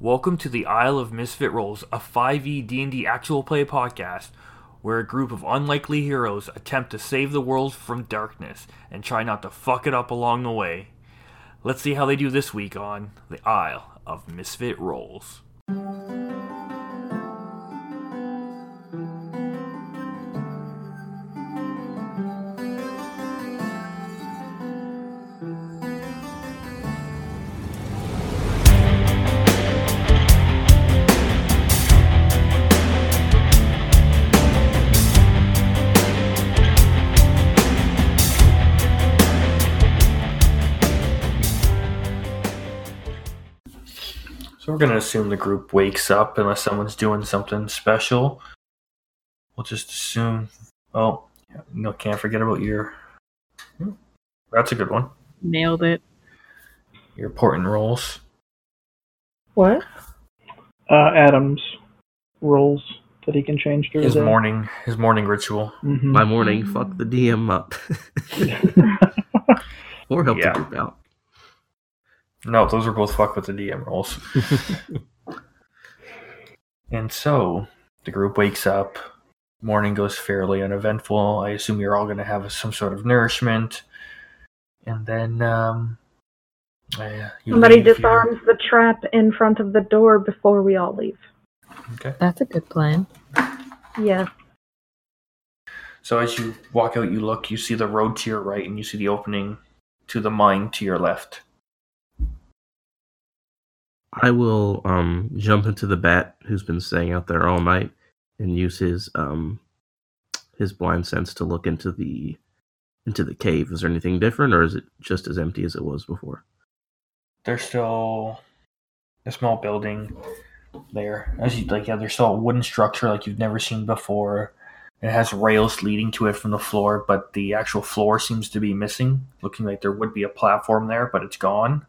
Welcome to the Isle of Misfit Rolls, a E 5e D&D actual play podcast where a group of unlikely heroes attempt to save the world from darkness and try not to fuck it up along the way. Let's see how they do this week on the Isle of Misfit Rolls. So we're gonna assume the group wakes up unless someone's doing something special. We'll just assume. Oh, yeah, no, can't forget about your. Hmm, That's a good one. Nailed it. Your important roles. What? uh, Adam's rules that he can change through His the day. morning, his morning ritual. Mhm. by morning, fuck the DM up. or help Yeah. the group out. No, those are both fuck with the DM rolls. and so the group wakes up. Morning goes fairly uneventful. I assume you're all going to have some sort of nourishment. And then, um, I, uh, you Somebody leave your- disarms the trap in front of the door before we all leave. Okay. That's a good plan. Yeah. So as you walk out, you look, you see the road to your right, and you see the opening to the mine to your left. I will um, jump into the bat who's been staying out there all night and use his um, his blind sense to look into the into the cave. Is there anything different, or is it just as empty as it was before? There's still a small building there. As you like, yeah, there's still a wooden structure like you've never seen before. It has rails leading to it from the floor, but the actual floor seems to be missing, looking like there would be a platform there, but it's gone.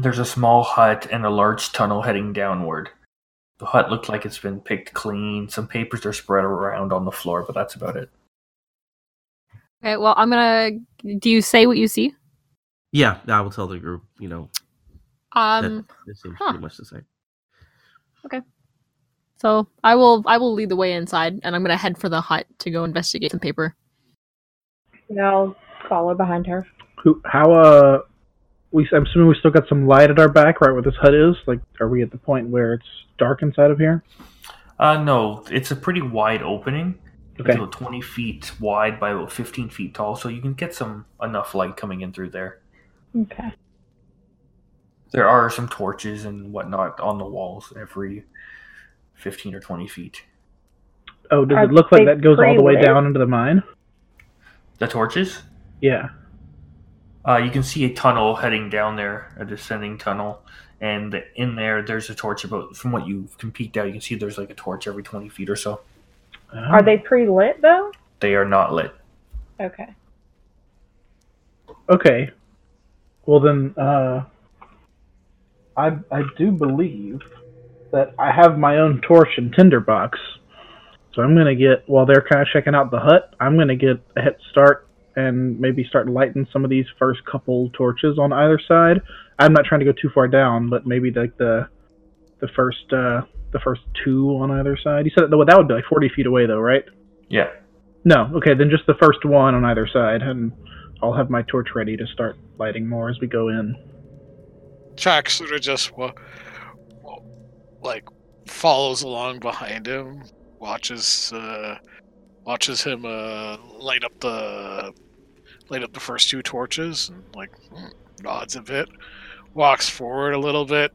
There's a small hut and a large tunnel heading downward. The hut looked like it's been picked clean. Some papers are spread around on the floor, but that's about it. Okay, well, I'm gonna. Do you say what you see? Yeah, I will tell the group. You know, Um, that it seems huh. pretty much the same. so I will. I will lead the way inside, and I'm gonna head for the hut to go investigate some paper. And I'll follow behind her. Who, how, uh, we, I'm assuming we still got some light at our back, right where this hut is? Like, are we at the point where it's dark inside of here? Uh, no, it's a pretty wide opening. Okay. It's about 20 feet wide by about 15 feet tall, so you can get some enough light coming in through there. Okay. There are some torches and whatnot on the walls every 15 or 20 feet. Oh, does Are it look like they that goes all the way pre-lit? down into the mine? The torches? Yeah. Uh, you can see a tunnel heading down there, a descending tunnel, and in there, there's a torch about, from what you can peek out, you can see there's like a torch every 20 feet or so. Oh. Are they pre lit though? They are not lit. Okay. Okay. Well then, uh, I I do believe that I have my own torch and tinderbox, so I'm gonna get while they're kind of checking out the hut. I'm gonna get a head start and maybe start lighting some of these first couple torches on either side. I'm not trying to go too far down, but maybe like the the first uh, the first two on either side. You said that that would be like 40 feet away though, right? Yeah. No, okay, then just the first one on either side, and I'll have my torch ready to start lighting more as we go in. Jack sort of just wa- wa- like follows along behind him, watches uh, watches him uh, light up the light up the first two torches, and like hmm, nods a bit, walks forward a little bit,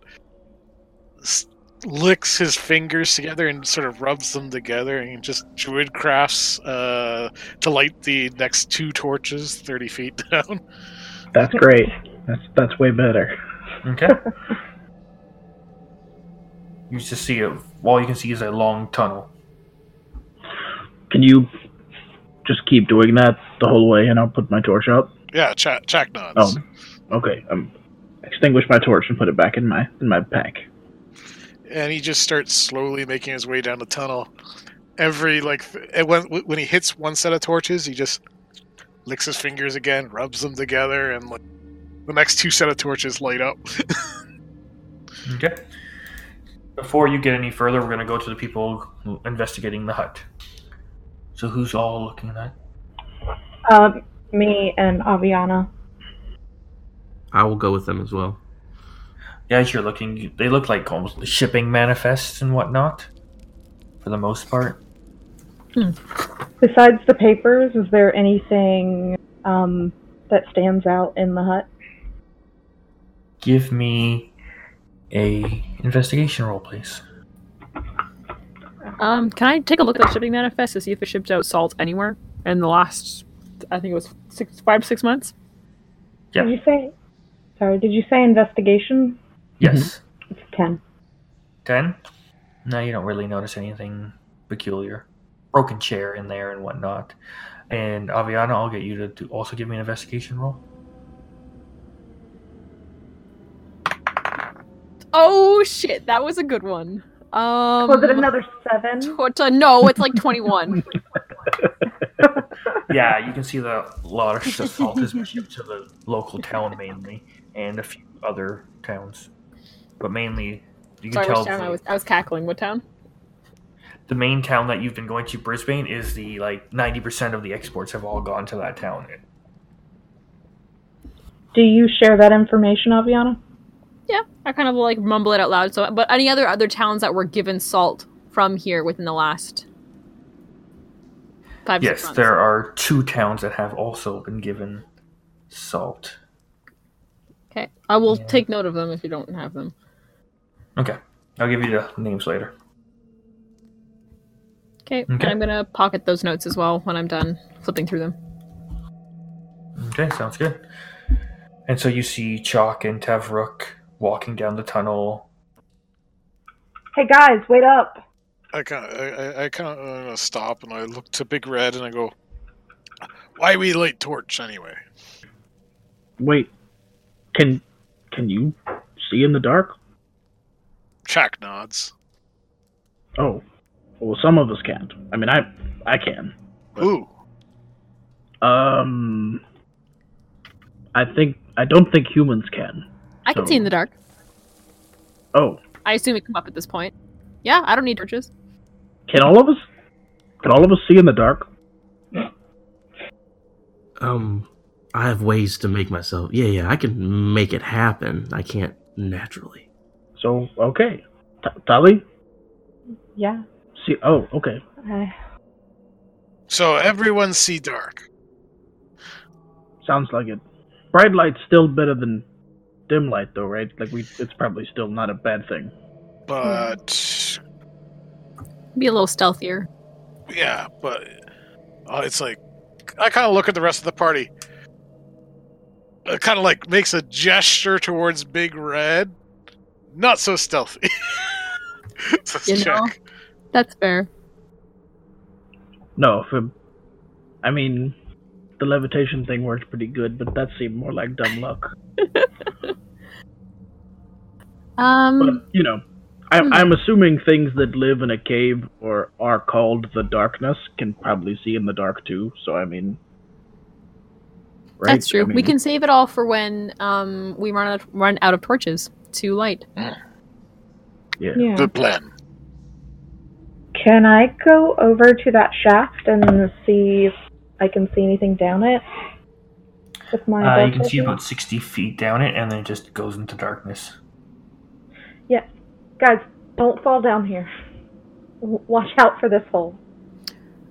s- licks his fingers together and sort of rubs them together, and just druid crafts uh, to light the next two torches thirty feet down. That's great. That's that's way better. Okay. you just see it. All you can see is a long tunnel. Can you just keep doing that the whole way, and I'll put my torch up? Yeah, Jack, Jack nods. Oh, okay. Um, extinguish my torch and put it back in my in my pack. and he just starts slowly making his way down the tunnel. Every like th- and when when he hits one set of torches, he just licks his fingers again, rubs them together, and like the next two set of torches light up. Okay. Before you get any further, we're gonna go to the people who- investigating the hut. So who's all looking at that? Um, me and Aviana. I will go with them as well. Yeah, as you're looking, they look like almost shipping manifests and whatnot, for the most part. Besides the papers, is there anything um, that stands out in the hut? Give me a investigation roll, please. Um, can I take a look at the shipping manifest to see if it shipped out salt anywhere in the last, I think it was six, five, six months? Yeah. Did you say? Sorry, did you say investigation? Yes, It's ten. ten. No, you don't really notice anything peculiar. Broken chair in there and whatnot. And Aviana, I'll get you to, to also give me an investigation roll. Oh shit, that was a good one. Um, Was it another seven? tw- uh, no, it's like 21. yeah, you can see that a lot of sh- salt has been shipped to the local town mainly, and a few other towns, but mainly you can Sorry, tell which town the, I was, I was cackling. What town? the main town that you've been going to, Brisbane, is the like ninety percent of the exports have all gone to that town. Do you share that information, Aviana? Yeah, I kind of like mumble it out loud. So, but any other other towns that were given salt from here within the last five? six yes, months? there are two towns that have also been given salt. Okay, I will Yeah. take note of them if you don't have them. Okay, I'll give you the names later. Okay, Okay. and I'm gonna pocket those notes as well when I'm done flipping through them. Okay, sounds good. And so you see Chalk and Tavrook walking down the tunnel. Hey guys, wait up! I kind of, I, I- I kind of uh, stop and I look to Big Red and I go, "Why we light torch anyway?" Wait, can can you see in the dark? Chuck nods. Oh, well, some of us can't. I mean, I I can. Ooh, Um, I think I don't think humans can. I can So- see in the dark. Oh, I assume it come up at this point. Yeah, I don't need torches. can all of us? Can all of us see in the dark? Um, I have ways to make myself. Yeah, yeah, I can make it happen. I can't naturally. So okay, T- Tali, Yeah, see. Oh, okay. I, so everyone see dark. Sounds like it. Bright light's still better than dim light, though, right? Like we, it's probably still not a bad thing. But Be a little stealthier. yeah, but uh, it's like I kind of look at the rest of the party. It kind of like makes a gesture towards Big Red, not so stealthy. so You know? Chuck, That's fair. No, for, I mean, the levitation thing worked pretty good, but that seemed more like dumb luck. Um, But you know, I, Hmm. I'm assuming things that live in a cave or are called the darkness can probably see in the dark too. So I mean, right? that's true. I mean, we can save it all for when um we run out, run out of torches to light. Yeah. yeah. good plan. Can I go over to that shaft and see if I can see anything down it? With my Uh, you can binoculars? see about 60 feet down it, and then it just goes into darkness. Guys, don't fall down here. W- Watch out for this hole.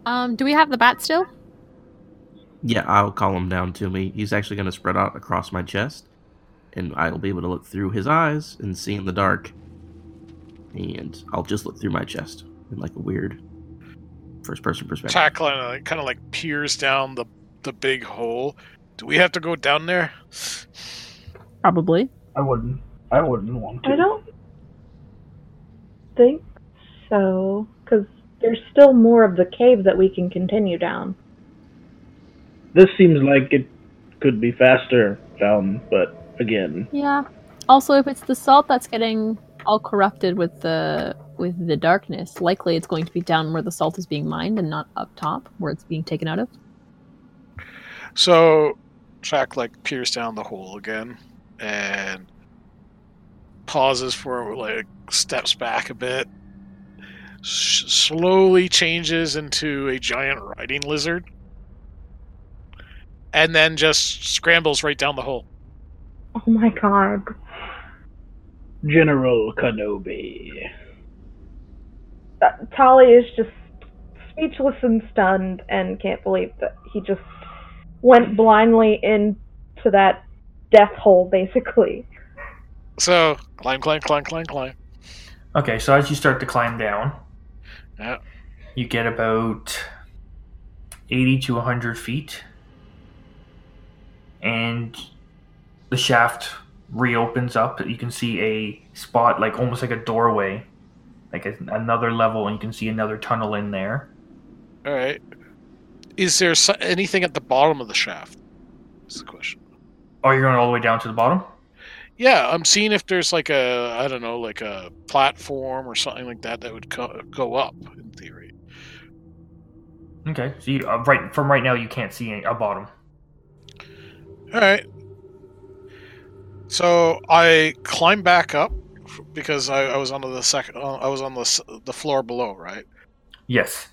Um, do we have the bat still? Yeah, I'll call him down to me. He's actually going to spread out across my chest, and I'll be able to look through his eyes and see in the dark. And I'll just look through my chest in like a weird first-person perspective. Chuck kind of uh, like peers down the the big hole. Do we have to go down there? Probably. I wouldn't. I wouldn't want to. I don't think so, because there's still more of the cave that we can continue down. This seems like it could be faster down, but again, Yeah. Also, if it's the salt that's getting all corrupted with the with the darkness, likely it's going to be down where the salt is being mined and not up top where it's being taken out of. So Chuck like peers down the hole again, and pauses for like steps back a bit, s- slowly changes into a giant riding lizard, and then just scrambles right down the hole. Oh my god. General Kenobi. Uh, Tali is just speechless and stunned and can't believe that he just went blindly into that death hole, basically. So climb, climb, climb, climb, climb. Okay, so as you start to climb down, Yeah. you get about 80 to 100 feet, and the shaft reopens up. You can see a spot, like almost like a doorway, like a, another level, and you can see another tunnel in there. All right. Is there so- anything at the bottom of the shaft? Is the question. Oh, you're going all the way down to the bottom? Yeah, I'm seeing if there's like a I don't know like a platform or something like that that would co- go up in theory. Okay, so you, uh, right from right now, you can't see any, a bottom. All right. So I climb back up because I, I was on the second. Uh, I was on the s- the floor below, right? Yes.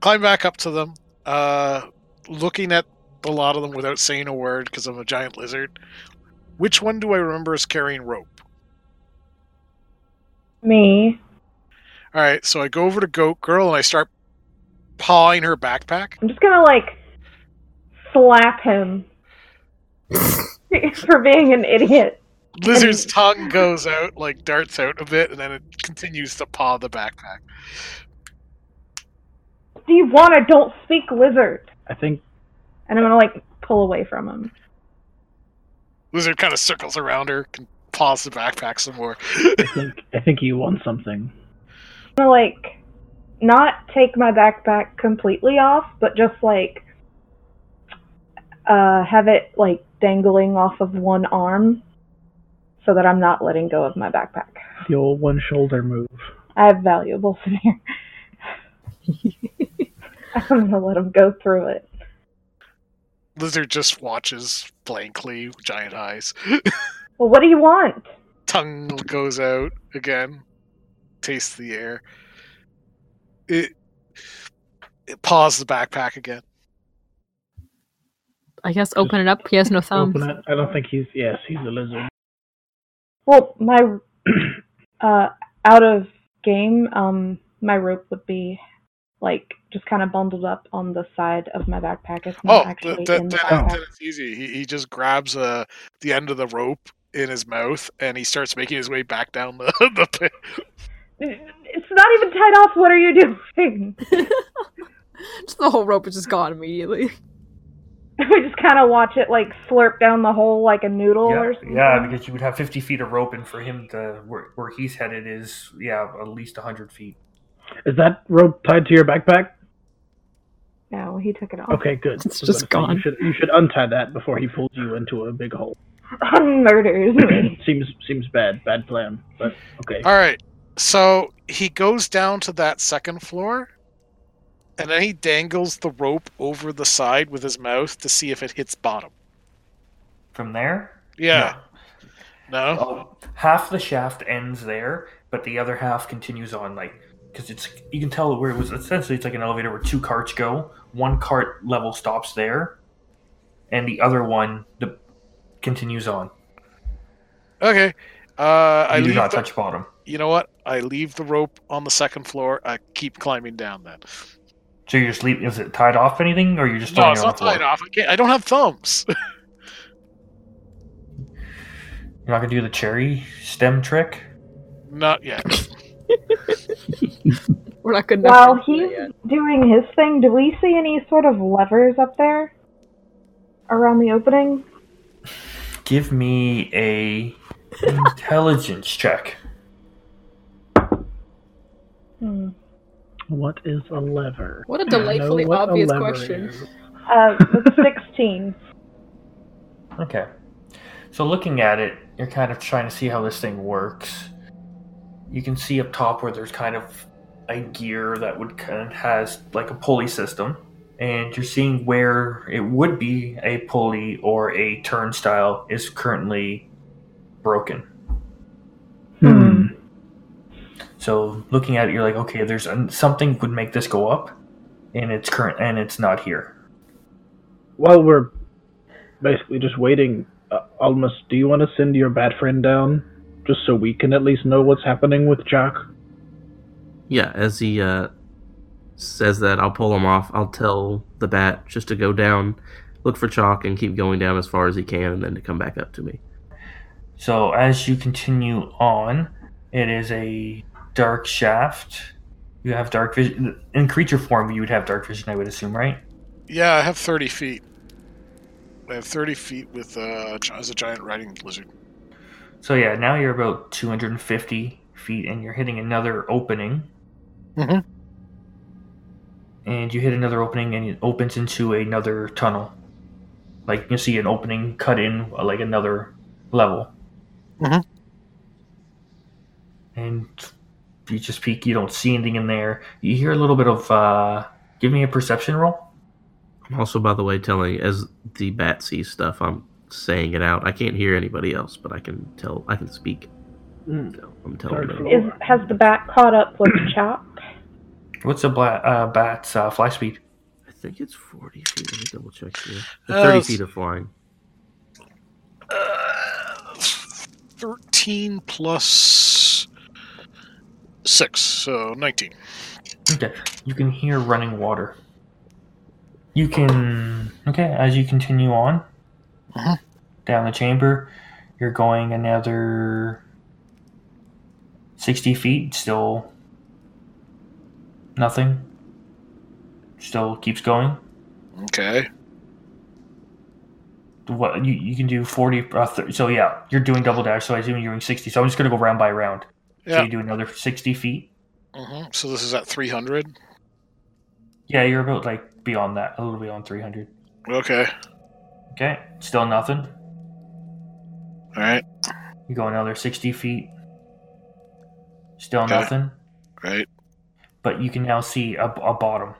Climb back up to them, uh, looking at a lot of them without saying a word because I'm a giant lizard. Which one do I remember as carrying rope? Me. All right, so I go over to Goat Girl and I start pawing her backpack. I'm just gonna, like, slap him for being an idiot. Lizard's tongue goes out, like darts out a bit, and then it continues to paw the backpack. Do you want a don't speak lizard? I think And I'm gonna, like, pull away from him. Lizard kind of circles around her, and paws the backpack some more. I think I think you won something. gonna like not take my backpack completely off, but just like uh have it like dangling off of one arm so that I'm not letting go of my backpack. The old one shoulder move. I have valuables in here. I'm gonna let him go through it. Lizard just watches blankly, with giant eyes. Well, what do you want? Tongue goes out again, tastes the air. It, it paws the backpack again. I guess open it up. He has no thumbs. Open it. I don't think he's. Yes, he's a lizard. Well, my uh out of game, um my rope would be like just kind of bundled up on the side of my backpack. It's Oh, not th- actually th- in then, the then, backpack. it's easy. He, he just grabs uh, the end of the rope in his mouth and he starts making his way back down the, the pit. It's not even tied off. What are you doing? Just the whole rope is just gone immediately. we just kind of watch it like slurp down the hole like a noodle or Yeah, something. yeah, because you would have 50 feet of rope, and for him, to, where, where he's headed is, yeah, at least 100 feet. Is that rope tied to your backpack? No, he took it off. Okay, good. Oh, It's I was just about gone. to say, You should, you should untie that before he pulls you into a big hole. Murders me. seems seems bad. Bad plan. But Uh, okay. All right. So he goes down to that second floor and then he dangles the rope over the side with his mouth to see if it hits bottom. From there? Yeah. No. No? Oh, half the shaft ends there, but the other half continues on, like because it's you can tell where it was. Essentially, it's like an elevator where two carts go. One cart level stops there, and the other one the, continues on. Okay. Uh, I Oh. you do leave not the- touch bottom. you know what? I leave the rope on the second floor. I keep climbing down then. So you're just leaving. Is it tied off anything, or you're just No, lying it's on not the floor? tied off. I, can't, I don't have thumbs. You're not gonna do the cherry stem trick. not yet. We're not good enough. While for he's that yet. doing his thing, do we see any sort of levers up there around the opening? Give me a intelligence check. Hmm. What is a lever? What a I know delightfully what a obvious lever question. is. Uh, with 16. Okay. So looking at it, you're kind of trying to see how this thing works. You can see up top where there's kind of a gear that would kind of has like a pulley system, and you're seeing where it would be a pulley or a turnstile is currently broken. Hmm. So looking at it, you're like, okay, there's an- something would make this go up, and it's current and it's not here. Well, we're basically just waiting. Uh, Almas, do you want to send your bad friend down? Just so we can at least know what's happening with Jack? Yeah, as he uh, says that, I'll pull him off. I'll tell the bat just to go down, look for chalk, and keep going down as far as he can, and then to come back up to me. So as you continue on, it is a dark shaft. You have dark vision in creature form. You would have dark vision, I would assume, right? Yeah, I have 30 feet. I have 30 feet with uh, gi- as a giant riding lizard. So yeah, now you're about 250 feet, and you're hitting another opening. Mhm. And you hit another opening, and it opens into another tunnel. Like you see an opening cut in, uh, like another level. Mhm. And you just peek. You don't see anything in there. You hear a little bit of. uh Give me a perception roll. I'm also, by the way, telling as the bat sees stuff, I'm saying it out. I can't hear anybody else, but I can tell. I can speak. Mm. So I'm telling Third them. floor. Is has the bat caught up with Chop? What's a bla- uh, bat's uh, fly speed? I think it's 40 feet. Let me double check here. Uh, 30 s- feet of flying. Uh, 13 plus 6, so 19. Okay. You can hear running water. You can okay as you continue on Uh-huh. down the chamber. You're going another sixty feet. Still nothing. Still keeps going. Okay. What you, you can do forty. Uh, 30, so yeah, you're doing double dash. So I assume you're doing sixty. So I'm just gonna go round by round. So Yeah. you do another sixty feet. hmm So this is at 300. Yeah, you're about like beyond that, a little beyond three hundred. Okay. Okay, still nothing. All right. You go another 60 feet. Still Okay. nothing. Right. But you can now see a, a bottom.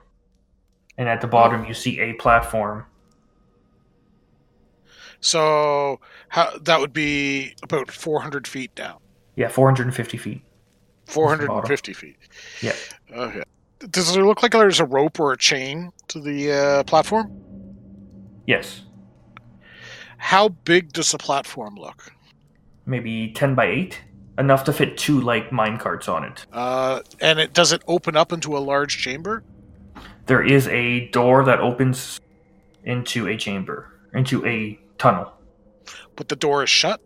And at the bottom, you see a platform. So how, that would be about 400 feet down. Yeah, 450 feet. 450 feet. Yeah. Okay. Does it look like there's a rope or a chain to the uh, platform? Yes. How big does the platform look? Maybe 10 by 8. Enough to fit two, like, mine carts on it. Uh, and it does it open up into a large chamber? There is a door that opens into a chamber, into a tunnel. But the door is shut.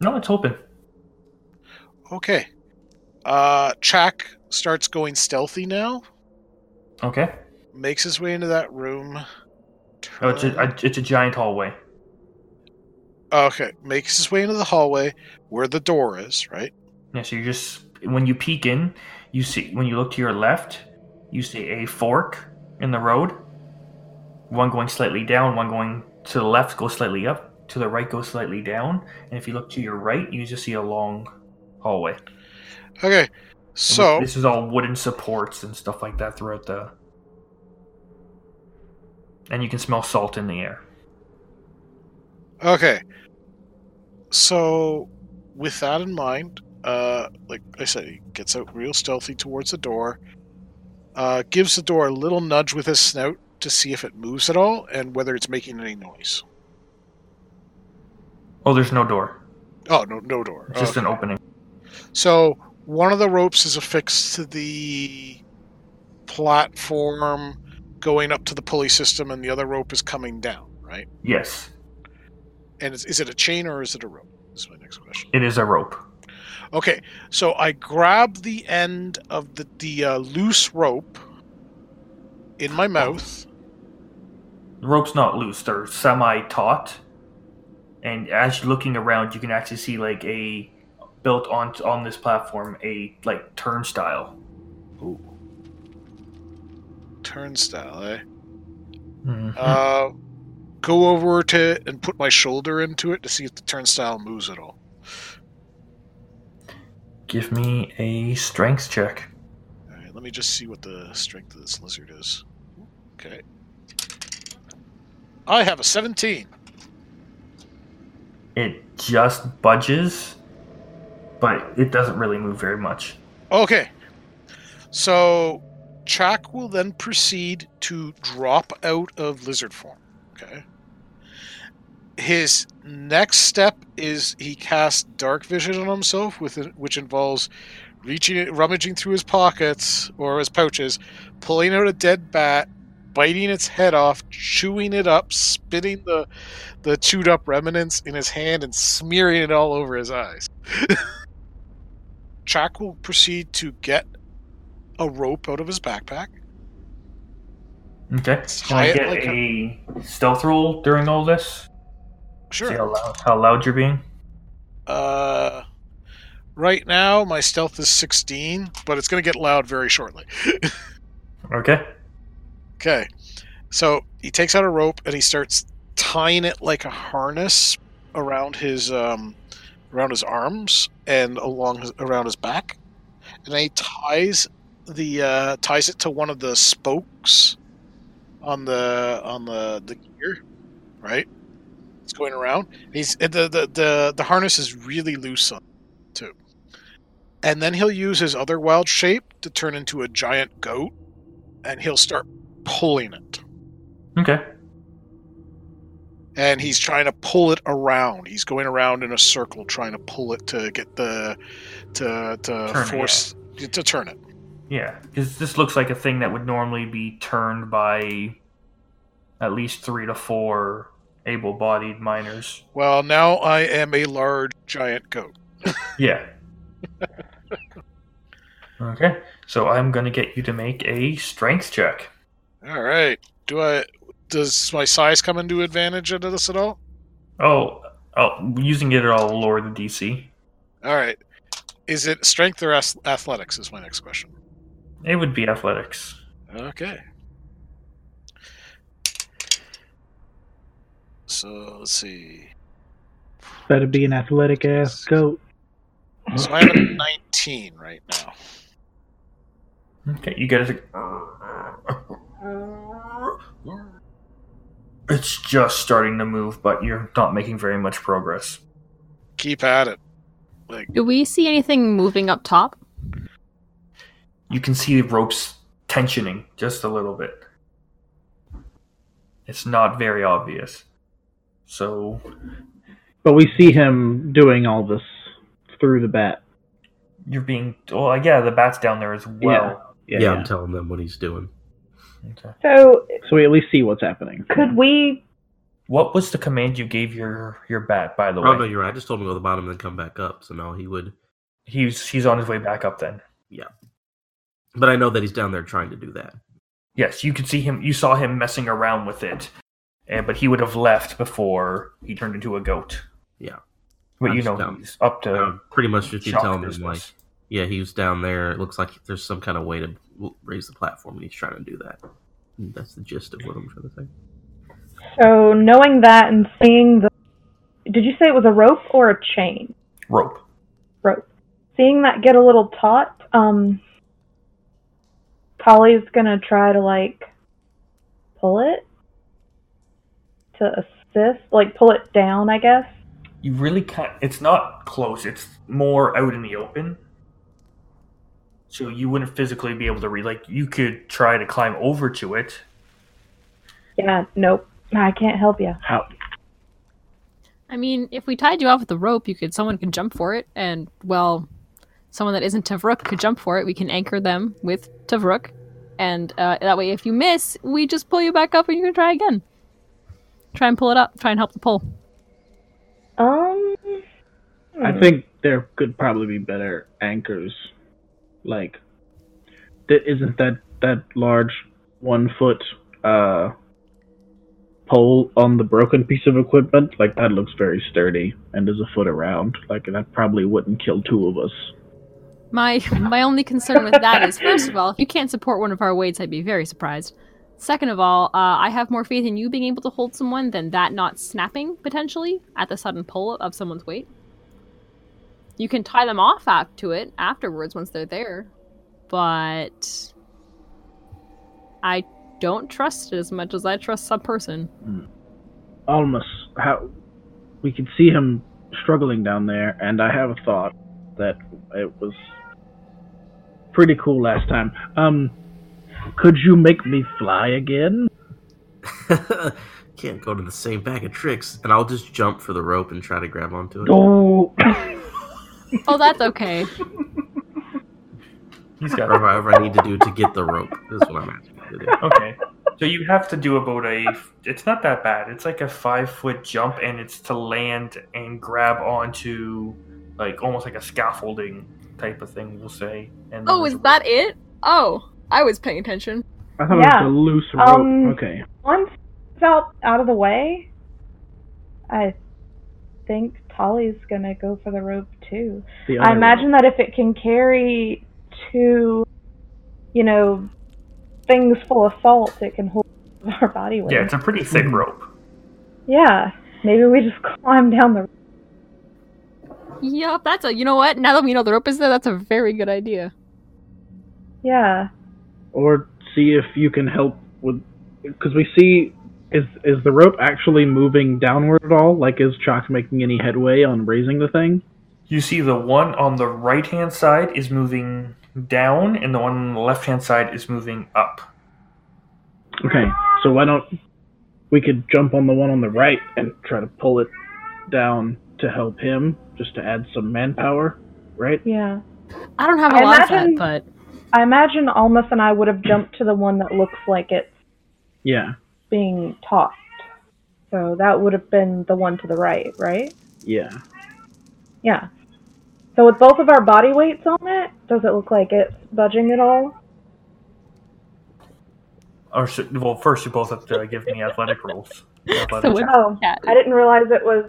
No, it's open. Okay. Uh, Chak starts going stealthy now. Okay. Makes his way into that room. Oh, it's a, a- it's a giant hallway. Oh, Okay, makes his way into the hallway where the door is, right? Yeah, so you just when you peek in, you see when you look to your left, you see a fork in the road. One going slightly down, one going to the left goes slightly up, to the right goes slightly down, and if you look to your right, you just see a long hallway. And Okay, so this is all wooden supports and stuff like that throughout the and you can smell salt in the air. Okay. So, with that in mind, uh, like I said, he gets out real stealthy towards the door, uh, gives the door a little nudge with his snout to see if it moves at all and whether it's making any noise. Oh, there's no door. Oh, no, no door. It's just an opening. So one of the ropes is affixed to the platform going up to the pulley system, and the other rope is coming down, right? Yes. And is, is it a chain or is it a rope? This is my next question. It is a rope. Okay, so I grab the end of the, the uh, loose rope in my mouth. The rope's not loose; they're semi-taut. And as you're looking around, you can actually see like a built on on this platform a like turnstile. Ooh. Turnstile, eh? Mm-hmm. Uh, go over to it and put my shoulder into it to see if the turnstile moves at all. Give me a strength check. All right, let me just see what the strength of this lizard is. Okay. I have a 17. It just budges, but it doesn't really move very much. Okay. So Chak will then proceed to drop out of lizard form. Okay. His next step is he casts dark vision on himself, with which involves reaching, rummaging through his pockets or his pouches, pulling out a dead bat, biting its head off, chewing it up, spitting the the chewed up remnants in his hand, and smearing it all over his eyes. Chak will proceed to get a rope out of his backpack. Okay. Can I get Quietly a stealth roll during all this? See how Sure. loud, how loud you're being? Uh, right now, my stealth is 16, but it's going to get loud very shortly. Okay. Okay. So he takes out a rope and he starts tying it like a harness around his um, around his arms and along his, around his back, and then he ties the uh, ties it to one of the spokes on the on the the gear, right? It's going around. And he's and the, the the the harness is really loose on it, too, and then he'll use his other wild shape to turn into a giant goat, and he'll start pulling it. Okay. And he's trying to pull it around. He's going around in a circle trying to pull it to get the to to Turn it, force to turn it. Yeah, because this looks like a thing that would normally be turned by at least three to four able-bodied miners. Well, now I am a large giant goat. Yeah. okay, so I'm gonna get you to make a strength check. All right. Do I does my size come into advantage into this at all? Oh, oh, using it at all lower the DC. All right. Is it strength or ath- athletics is my next question. It would be athletics. Okay. So, let's see. That'd be an athletic ass goat. So I have a 19 right now. Okay, you guys. It's just starting to move, but you're not making very much progress. Keep at it. Do we see anything moving up top? you can see the ropes tensioning just a little bit. It's not very obvious. So, But we see him doing all this through the bat. you're being. Well, yeah, the bat's down there as well. Yeah, I'm telling them what he's doing. Okay. So So we at least see what's happening. could we? What was the command you gave your your bat, by the way? Oh no, you're right. I just told him to go to the bottom and then come back up. So now he would. He's, he's on his way back up then. But I know that he's down there trying to do that. Yes, you could see him. You saw him messing around with it. And, but he would have left before he turned into a goat. Yeah. But you That's know, dumb. he's up to. Um, pretty much just you shock telling him like, business. yeah, he was down there. It looks like there's some kind of way to w- raise the platform, and he's trying to do that. And that's the gist of what I'm trying to say. So knowing that and seeing the, did you say it was a rope or a chain? Rope. rope. Seeing that get a little taut, um, Polly's gonna try to like pull it to assist, like pull it down, I guess. you really can't it's not close it's more out in the open so you wouldn't physically be able to read like you could try to climb over to it Yeah, nope, I can't help you. How? I mean, if we tied you off with a rope, you could someone can jump for it, and well, someone that isn't Tavruk could jump for it. We can anchor them with Tavruk, and uh, that way, if you miss, we just pull you back up, and you can try again. Try and pull it up. Try and help the pull. Um, I think there could probably be better anchors. Like, that isn't that that large one foot uh pole on the broken piece of equipment? Like that looks very sturdy and is a foot around. Like that probably wouldn't kill two of us. My my only concern with that is, first of all, if you can't support one of our weights, I'd be very surprised. Second of all, uh, I have more faith in you being able to hold someone than that not snapping potentially at the sudden pull of someone's weight. You can tie them off up to it afterwards once they're there, but I don't trust it as much as I trust some person. Almost how we could see him struggling down there, and I have a thought. that it was pretty cool last time. Um, could you make me fly again? Can't go to the same bag of tricks. And I'll just jump for the rope and try to grab onto it. Oh, Oh, that's okay. He's got Or whatever I need to do to get the rope is what I'm asking you to do. Okay. So you have to do about a. It's not that bad. It's like a five foot jump, and it's to land and grab onto, like almost like a scaffolding type of thing. We'll say. And Oh, is that it? Oh, I was paying attention. I thought it Yeah. was a loose rope. Um, okay. Once it's out out of the way, I think Tolly's gonna go for the rope too. The I other imagine that if it can carry two, you know, things full of salt, it can hold our body weight. Yeah, it's a pretty thick Hmm. rope. Yeah. Maybe we just climb down the. Yup, that's a. You know what? Now that we know the rope is there, that's a very good idea. Yeah. or see if you can help with because we see is is the rope actually moving downward at all like is chalk making any headway on raising the thing You see, the one on the right hand side is moving down, and the one on the left hand side is moving up. okay so why don't we could jump on the one on the right and try to pull it down to help him just to add some manpower right Yeah. I don't have a I lot imagine- of that, I imagine Almas and I would have jumped to the one that looks like it's yeah being taught. So that would have been the one to the right, right? yeah Yeah. So with both of our body weights on it, does it look like it's budging at all? Or so, well, first you both have to give me athletic rolls. but. Athletic So with Oh, that, I didn't realize it was.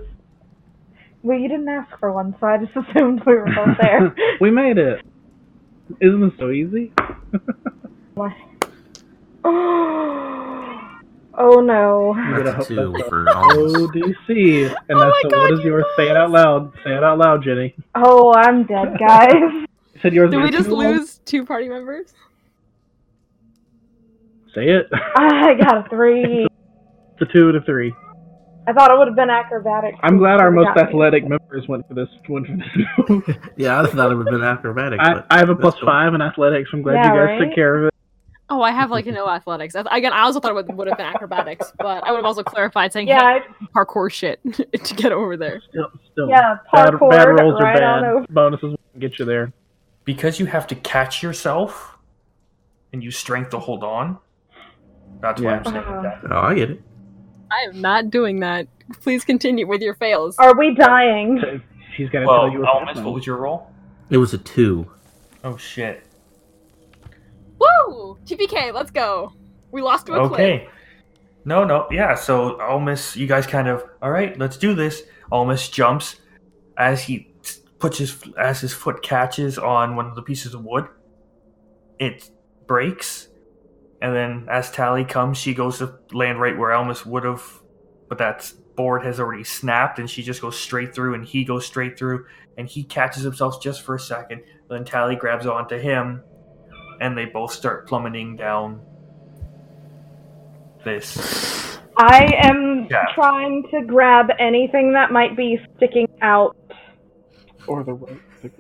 Well, you didn't ask for one, so I just assumed we were both there. we made it isn't this so easy oh no. I'm gonna That's hope two that's for all of us. ODC, and Oh that's my the, God, what is you yours? Say it out loud. Say it out loud, Jenny. Oh, I'm dead, guys. You said yours. Did we was just too loud? lose two party members? Say it. I got a three. It's a two to three. I thought it would have been acrobatics. I'm glad Oh our We most got me. athletic members went for this one. For this move. Yeah, I thought it would have been acrobatic. I, but I have a that's plus cool. five in athletics. I'm glad Yeah, you guys right? took care of it. Oh, I have like no athletics. I- Again, I also thought it would, would have been acrobatics, but I would have also clarified saying Yeah, yeah. I- parkour shit to get over there. Still, still yeah, bad, parkour bad rolls right on are over. bad. Bonuses won't get you there. because you have to catch yourself and use strength to hold on. That's why I'm saying Yeah. that. Oh, I get it. I am not doing that. Please continue with your fails. Are we dying? He's gonna Well, tell you Almas, happening. what was your roll? It was a two. Oh shit. Woo! TPK, let's go. We lost to a clip. Okay. No, no, yeah. So Almas, you guys kind of all right. Let's do this. Almas jumps as he t- puts his as his foot catches on one of the pieces of wood. It breaks, and then as Tally comes, she goes to land right where Almas would have, but that board has already snapped, and she just goes straight through, and he goes straight through, and he catches himself just for a second. Then Tally grabs onto him, and they both start plummeting down this. I am Yeah. trying to grab anything that might be sticking out or the rope.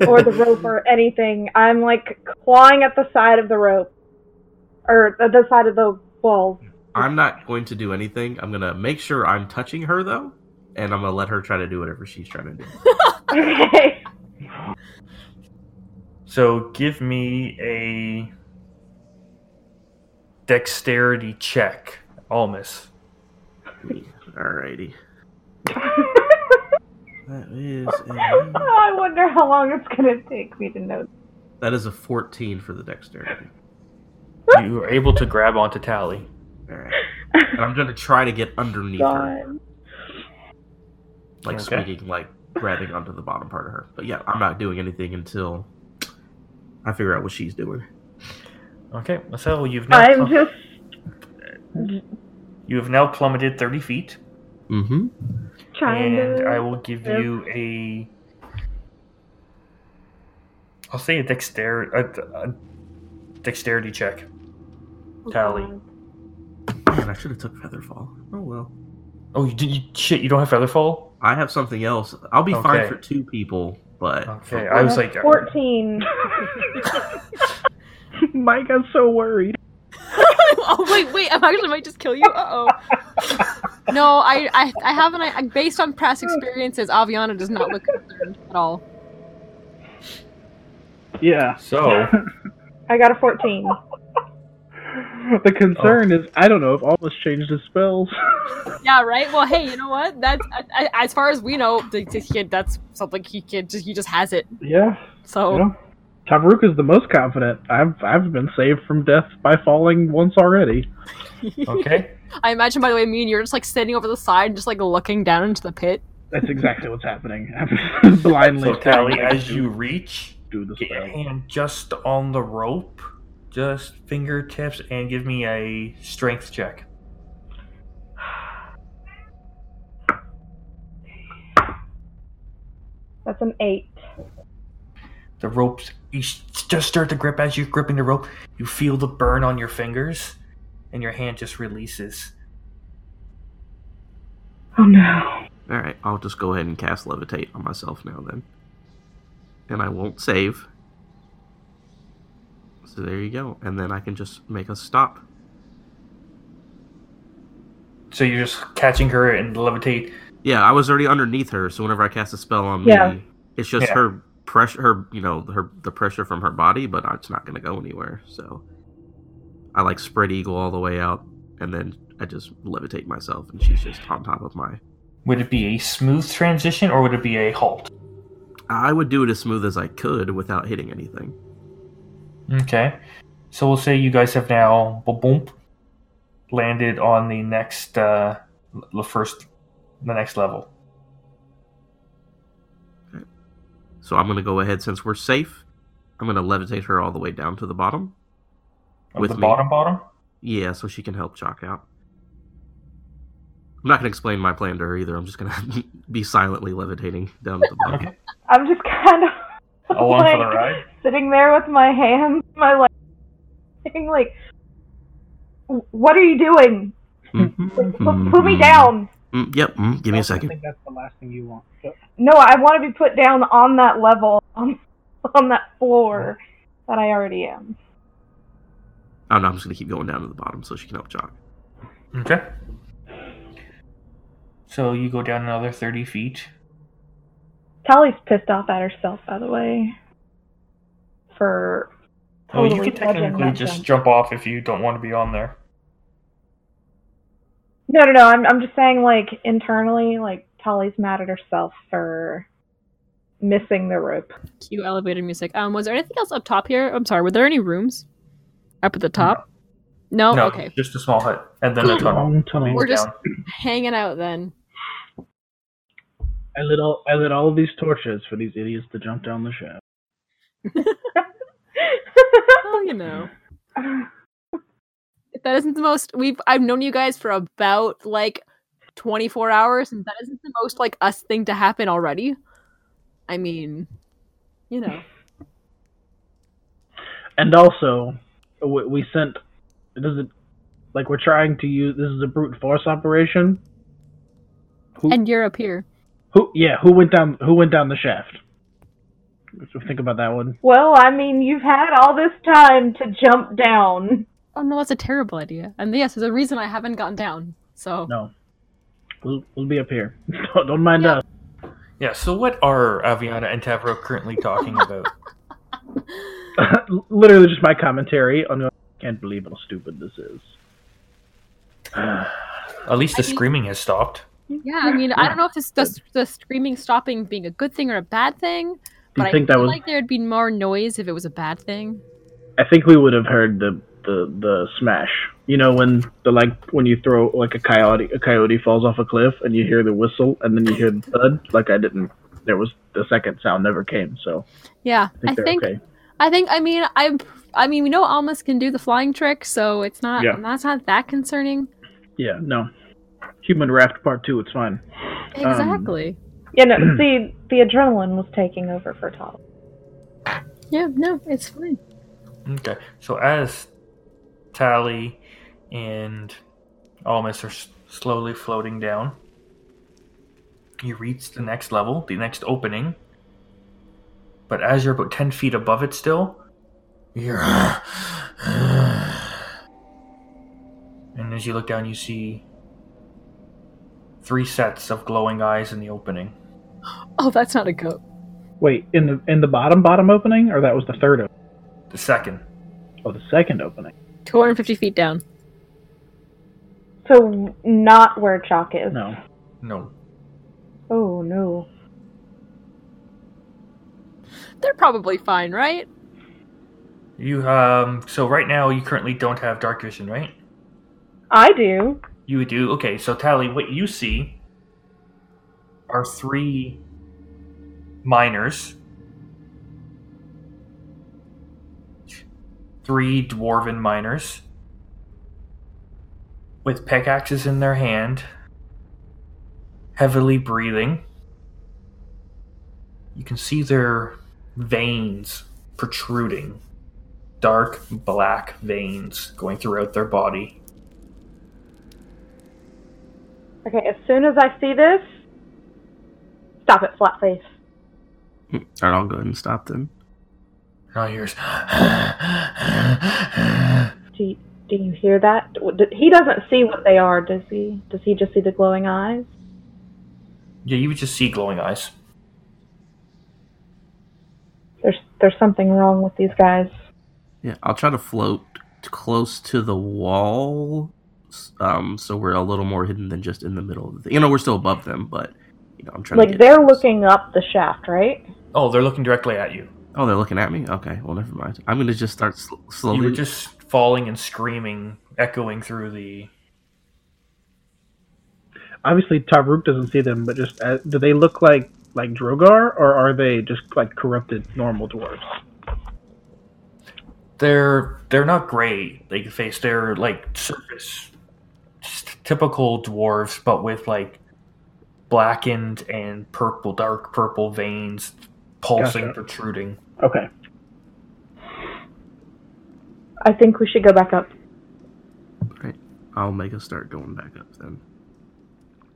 or the rope or anything. I'm like clawing at the side of the rope or uh, the- the side of the wall. I'm not going to do anything. I'm gonna make sure I'm touching her though, and I'm gonna let her try to do whatever she's trying to do. Okay. So give me a dexterity check, Almas. Alrighty. Mm-hmm. That is a, Oh, I wonder how long it's gonna take me to know. that is a 14 for the dexterity. You were able to grab onto Tally. All right, and I'm gonna try to get underneath her, God. like Okay. swinging, like grabbing onto the bottom part of her. But yeah, I'm not doing anything until I figure out what she's doing. Okay, so you've now I'm plum- just you have now plummeted thirty feet, Mm-hmm. trying and to. I will give Yep. you a. I'll say a dexterity a, a dexterity check. Tally. Man, I should have took Featherfall. Oh well. Oh, you, did- you shit! You don't have feather fall. I have something else. I'll be fine Okay. for two people, But Okay, I was like, fourteen. Mike got so worried. oh wait, wait! I actually might just kill you. Uh oh. no, I, I, I haven't. I, based on past experiences, Aviana does not look concerned at all. Yeah. uh, so I got a fourteen. The concern is I don't know if almost changed his spells. Yeah, right. Well, hey, you know what? That's I, I, as far as we know, the, the kid. That's something he can just he just has it. yeah. So You know, Tavaruk is the most confident. I've I've been saved from death by falling once already. okay. I imagine, by the way, me and you're just like standing over the side, and just like looking down into the pit. That's exactly what's happening. I'm blindly So Tally, as you reach, do the get your spell. hand just on the rope, just fingertips, and give me a strength check. That's an eight. The ropes, you s- just start to grip as you're gripping the rope. You feel the burn on your fingers, and your hand just releases. Oh no. all right, I'll just go ahead and cast levitate on myself now then, and I won't save. So there you go, and then I can just make a stop. So you're just catching her and levitate. Yeah, I was already underneath her, so whenever I cast a spell on Yeah. me, it's just Yeah. her pressure, her you know, her the pressure from her body, but it's not going to go anywhere. So I like spread eagle all the way out, and then I just levitate myself, and she's just on top of my. Would it be a smooth transition or would it be a halt? I would do it as smooth as I could without hitting anything. Okay. So we'll say you guys have now boom, boom landed on the next uh l- the first the next level. So I'm going to go ahead since we're safe. I'm going to levitate her all the way down to the bottom. Of With the me. bottom bottom? Yeah, so she can help Chalk out. I'm not going to explain my plan to her either. I'm just going to be silently levitating down to the bottom. Okay. I'm just kind of Along like for the ride. sitting there with my hands, my like, thinking like, what are you doing? Like, put, put Mm-hmm. me down. Mm, yep. Mm, give Mm-hmm. me a I second. think that's the last thing you want. No, I want to be put down on that level, on, on that floor that I already am. Oh no, I'm just gonna keep going down to the bottom so she can help Jock. Okay. So you go down another thirty feet. Tally's pissed off at herself, by the way. For Oh, you Totally can fudging technically that just jump. jump off if you don't want to be on there. no, no, no. I'm I'm just saying like internally, like Tally's mad at herself for missing the rope. Cue elevator music. Um, was there anything else up top here? I'm sorry. Were there any rooms up at the top? No. no, Oh, Okay. just a small hut and then a tunnel. Long tunnel. We're just down. hanging out then. I lit all I lit all of these torches for these idiots to jump down the shaft. Well, you know. If that isn't the most we've I've known you guys for about like 24 hours and that isn't the most like us thing to happen already. I mean, you know. And also, we, we sent. Does it like we're trying to use? This is a brute force operation. Who? And you're up here. who? Yeah. Who went down? Who went down the shaft? Let's think about that one. Well, I mean, you've had all this time to jump down. Oh no, that's a terrible idea. And yes, there's a reason I haven't gotten down. So No. We'll, we'll be up here. don't, don't mind Yeah. us. Yeah, so what are Aviana and Tavro currently talking about? Literally just my commentary on. Can't believe how stupid this is. At least the I mean- screaming has stopped. yeah, I mean, I don't know if this the, the screaming stopping being a good thing or a bad thing, Do but you I think feel that was? like there'd be more noise if it was a bad thing. I think we would have heard the, the the smash. You know when the like when you throw like a coyote a coyote falls off a cliff and you hear the whistle and then you hear the thud. Like I didn't. There was the second sound never came. So Yeah, I think I they're think okay. I think I mean I'm I mean we know Almas can do the flying trick, so it's not Yeah. that's not that concerning. Yeah. No. Human raft part two. It's fine. Exactly. You know, see, the adrenaline was taking over for Tom. yeah, no, it's fine. Okay. So as Tally and Almas are s- slowly floating down, you reach the next level, the next opening, But as you're about 10 feet above it still, you're. And as you look down, you see three sets of glowing eyes in the opening. Oh, that's not a goat. Wait, in the in the bottom bottom opening, or that was the third? Opening? The second. Oh, the second opening. 250 feet down. So not where Chalk is. No. No. Oh no. They're probably fine, right? You, um, so right now you currently don't have dark vision, right? I do. You do? Okay, so Tally, what you see are three miners, three dwarven miners with pickaxes in their hand, heavily breathing. You can see their veins protruding, dark black veins going throughout their body. Okay, as soon as I see this, stop it, flat face. All right, I'll go ahead and stop them. And all yours. Do you, do you hear that? Do- He doesn't see what they are, does he? Does he just see the glowing eyes? yeah, you would just see glowing eyes. There's there's something wrong with these guys. Yeah, I'll try to float close to the wall, s- um, so we're a little more hidden than just in the middle of the. You know, we're still above them, but you know, I'm trying. to Like get they're close. looking up the shaft, right? Oh, they're looking directly at you. Oh, they're looking at me. Okay, well, never mind. I'm gonna just start sl- slowly. You were just falling and screaming, echoing through the. Obviously, Taruk doesn't see them, but just uh, do they look like like Drogar, or are they just like corrupted normal dwarves? They're they're not gray. Like face, they're like surface, just typical dwarves, but with like blackened and purple, dark purple veins pulsing, Gotcha. protruding. Okay. I think we should go back up. I'll make us start going back up then.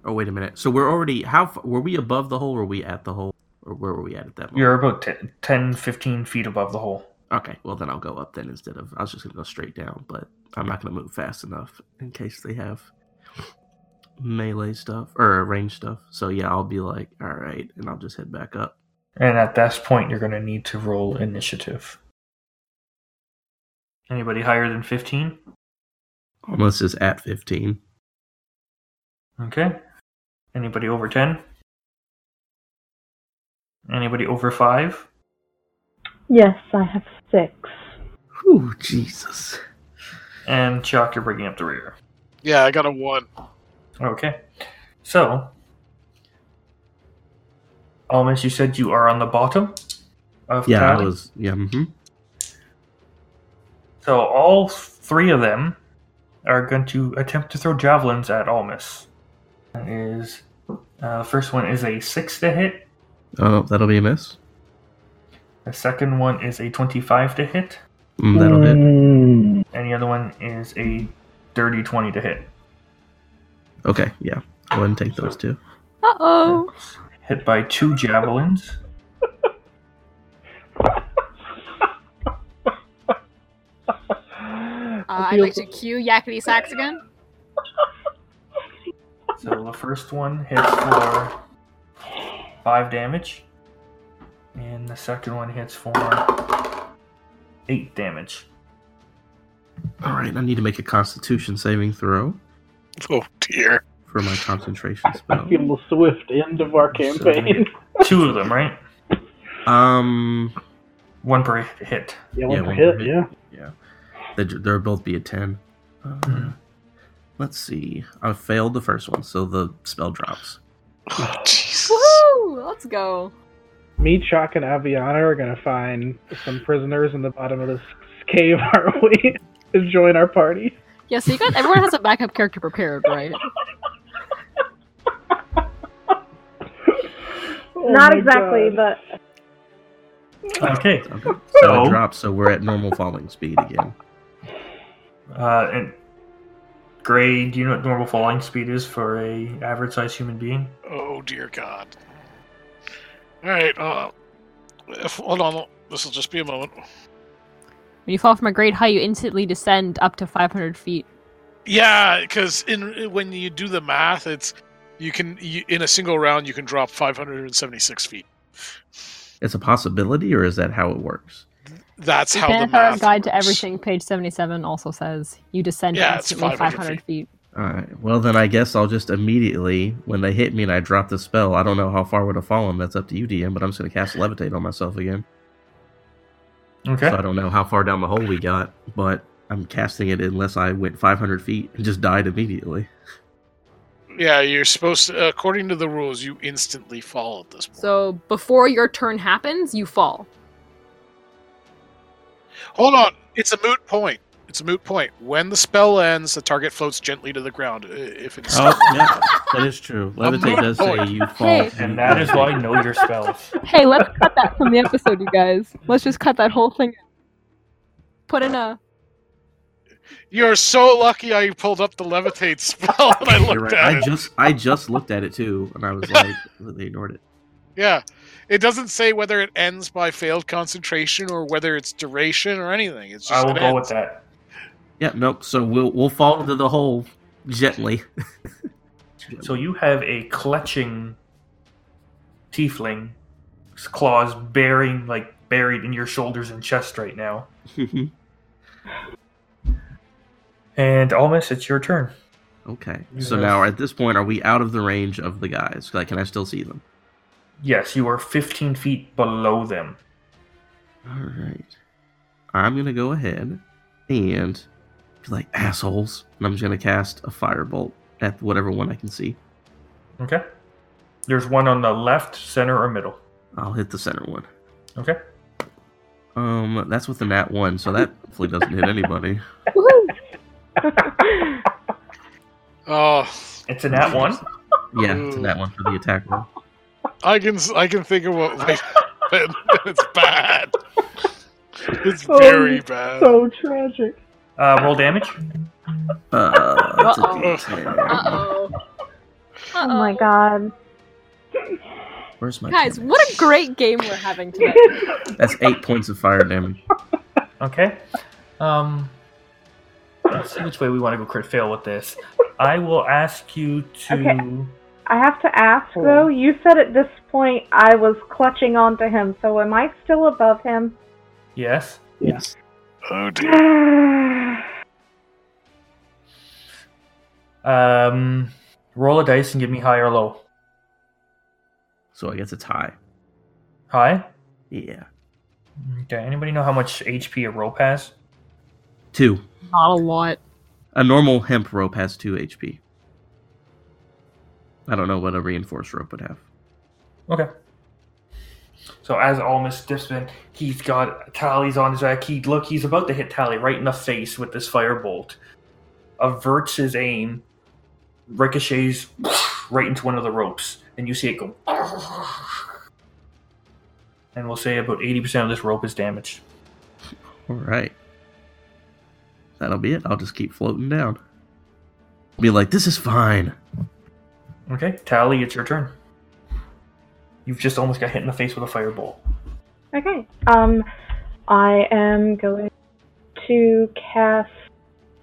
Oh wait a minute. So we're already how f- were we above the hole? Were we at the hole? Or where were we at at that moment? You're about 10, 10 15 feet above the hole. Okay, well then I'll go up then instead of I was just gonna go straight down, but I'm not gonna move fast enough in case they have melee stuff or range stuff. So yeah, I'll be like, all right, and I'll just head back up. And at this point, you're going to need to roll initiative. Anybody higher than 15? Almost is at fifteen. Okay. Anybody over 10? Anybody over 5? Yes, I have six. Whew, Jesus. And Chuck, you're bringing up the rear. Yeah, I got a one. Okay. So, Almas, you said you are on the bottom of Yeah, I Tally? was yeah, hmm So, all three of them are going to attempt to throw javelins at Almas. That is. Uh, first one is a 6 to hit. Oh, that'll be a miss. The second one is a 25 to hit. Mm, that'll hit. Mm. And the other one is a dirty 20 to hit. Okay, yeah. Go ahead and take those two. Uh oh. Hit by two javelins. Uh, I'd feel- like to cue Yakety Sax again. So the first one hits for 5 damage. And the second one hits for 8 damage. All right, I need to make a Constitution saving throw Oh dear. for my concentration I spell. feel the swift end of our So they're gonna campaign. get two of them, right? Um, One per hit. yeah, Yeah, one one hit, hit. yeah. they'd, they'd both be a ten. Hmm. Uh, let's see. I failed the first one, so the spell drops. Oh, Jesus. Woohoo! Let's go. Me, Chalk, and Aviana are gonna find some prisoners in the bottom of this cave, aren't we? to join our party. Yeah, so you got everyone has a backup character prepared, right? Oh Not my exactly, God. but Okay. Okay. So So- it drops, so we're at normal falling speed again. Uh, and Gray, do you know what normal falling speed is for a average sized human being? Oh dear God. All right. Uh, If, hold on, this will just be a moment. When you fall from a great height, you instantly descend up to 500 feet. Yeah, because in when you do the math, it's you can you, in a single round you can drop 576 feet. It's a possibility, or is that how it works? That's The how the Planet Power math Guide to works. Everything, page 77, also says you descend Yeah, it's instantly 500 500, feet. All right. Well, then I guess I'll just immediately, when they hit me and I drop the spell, I don't know how far would have fallen. That's up to you, DM. But I'm just gonna cast levitate on myself again. Okay. So I don't know how far down the hole we got, but I'm casting it unless I went 500 feet and just died immediately. Yeah, you're supposed to, according to the rules, you instantly fall at this point. So before your turn happens, you fall. Hold on, it's a moot point. It's a moot point. When the spell ends, the target floats gently to the ground. i- If it's Oh, yeah, that is true. Levitate moot does say point. you fall. Okay. from- And that is why I know your spells. Hey, let's cut that from the episode, you guys. Let's just cut that whole thing. Put in a. you're so lucky, I pulled up the levitate spell and I You're looked right. at I it. just I just looked at it too, and I was like, they ignored it. Yeah, it doesn't say whether it ends by failed concentration or whether it's duration or anything. It's just I will it go with ends. that. Yeah, nope. So we'll we'll fall into the hole gently. So you have a clutching tiefling, his claws bearing like buried in your shoulders and chest right now. And Almas, it's your turn. okay. So Yes. now at this point, are we out of the range of the guys? Like, can I still see them? Yes, you are 15 feet below them. All right. I'm gonna go ahead and be like assholes, and I'm just gonna cast a firebolt at whatever one I can see. Okay. There's one on the left, center, or middle. I'll hit the center one. Okay. Um, that's with the nat one, so that hopefully doesn't hit anybody. Oh, It's in that one. Yeah, it's a nat one for the attack roll. I can s- I can think of what might happen. it's bad. It's Oh, very bad. So tragic. Uh, roll damage. Uh, it's a Uh-oh. D10. oh. Oh my god. Where's my Guys, damage? what a great game we're having today. That's eight points of fire damage. Okay. Um, let's see which way we want to go crit fail with this. I will ask you to. Okay. I have to ask Oh. though, you said at this point I was clutching onto him, so am I still above him? Yes. Yes. Oh dear. Um, roll a dice and give me high or low. So I guess it's high. High. Yeah. Okay. Anybody know how much HP a rope has? Two. Not a lot. A normal hemp rope has two HP. I don't know what a reinforced rope would have. Okay. So as Almas dips in, he's got Tally's on his back. He look, he's about to hit Tally right in the face with this firebolt. Averts his aim, ricochets right into one of the ropes, and you see it go. And we'll say about eighty percent of this rope is damaged. All right. That'll be it. I'll just keep floating down. Be like, this is fine. Okay, Tally, it's your turn. You've just almost got hit in the face with a firebolt. Okay. Um, I am going to cast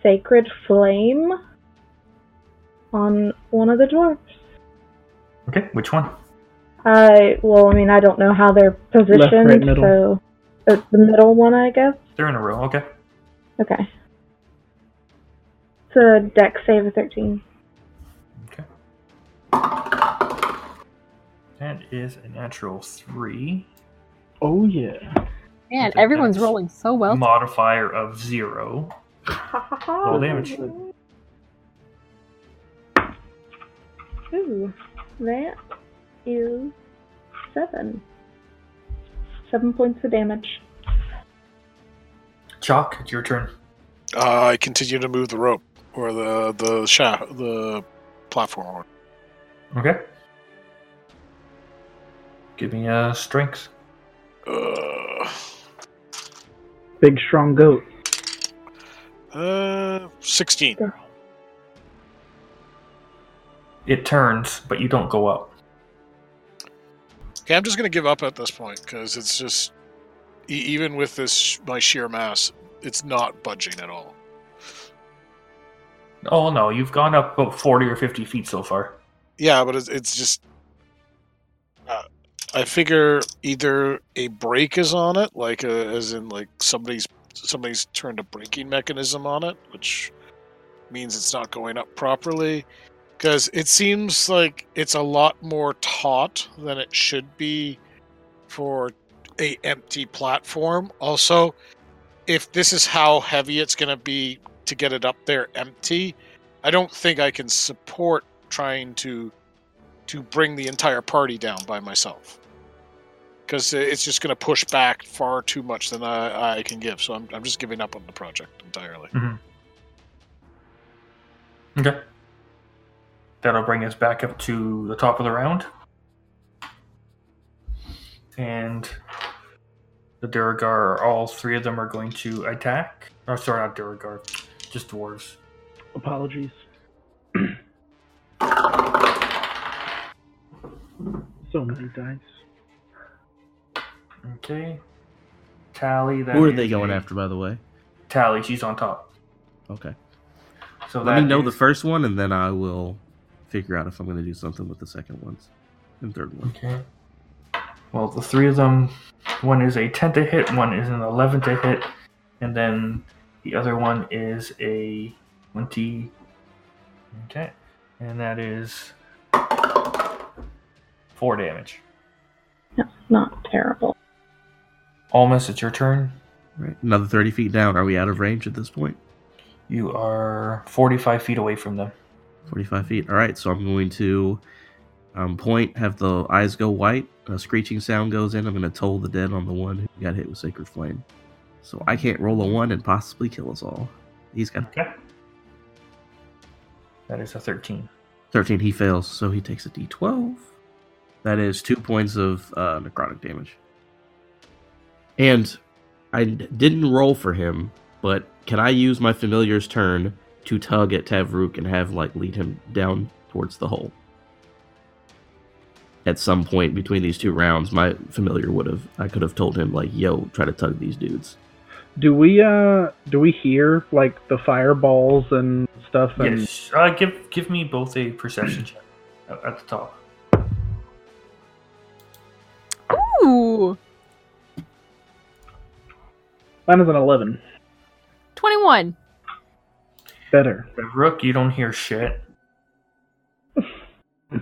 Sacred Flame on one of the dwarves. Okay, which one? I well, I mean, I don't know how they're positioned, right, middle. so uh, the middle one, I guess. They're in a row. Okay. Okay. It's a deck save of thirteen. Okay. That is a natural three. Oh yeah. Man, Okay, everyone's that's- rolling so well. Modifier of zero. Roll damage. Ooh, that is seven. Seven points of damage. Chalk, it's your turn. Uh, I continue to move the rope or the the shaft, the platform. Okay. Give me a strength. Uh, Big strong goat. uh, sixteen. It turns, but you don't go up. Okay, I'm just gonna give up at this point because it's just e- even with this sh- my sheer mass, it's not budging at all. Oh no, you've gone up about forty or fifty feet so far. Yeah, but it's, it's just. Uh, I figure either a break is on it, like uh as in like somebody's somebody's turned a braking mechanism on it, which means it's not going up properly. Because it seems like it's a lot more taut than it should be for a empty platform. Also, if this is how heavy it's going to be to get it up there empty, I don't think I can support trying to to bring the entire party down by myself because it's just going to push back far too much than I, I can give. So I'm, I'm just giving up on the project entirely. Okay. That'll bring us back up to the top of the round. And the Duragar, all three of them are going to attack. Oh, sorry, not Duragar, just dwarves. Apologies. so many dice. Okay. Tally, that Who are is they going a- after, by the way? Tally, she's on top. Okay. So Let me that know the is- first one, and then I will figure out if I'm going to do something with the second ones and third one. Okay. Well, the three of them one is a 10 to hit, one is an 11 to hit, and then the other one is a 20. Okay. And that is 4 damage. That's not terrible. Almost, it's your turn. Right. Another 30 feet down. Are we out of range at this point? You are 45 feet away from them. 45 feet. All right, so I'm going to um, point, have the eyes go white, a screeching sound goes in. I'm going to toll the dead on the one who got hit with Sacred Flame. So I can't roll a one and possibly kill us all. He's got Okay. That is a 13. 13. He fails, so he takes a d12. That is two points of uh, necrotic damage. And I d- didn't roll for him, but can I use my familiar's turn to tug at Tavrook and have like lead him down towards the hole? At some point between these two rounds, my familiar would have I could have told him like, "Yo, try to tug these dudes." Do we uh do we hear like the fireballs and stuff and Yes. Uh, give give me both a perception check at at the top. Ooh, mine is an eleven. twenty-one. Better. The rook, you don't hear shit.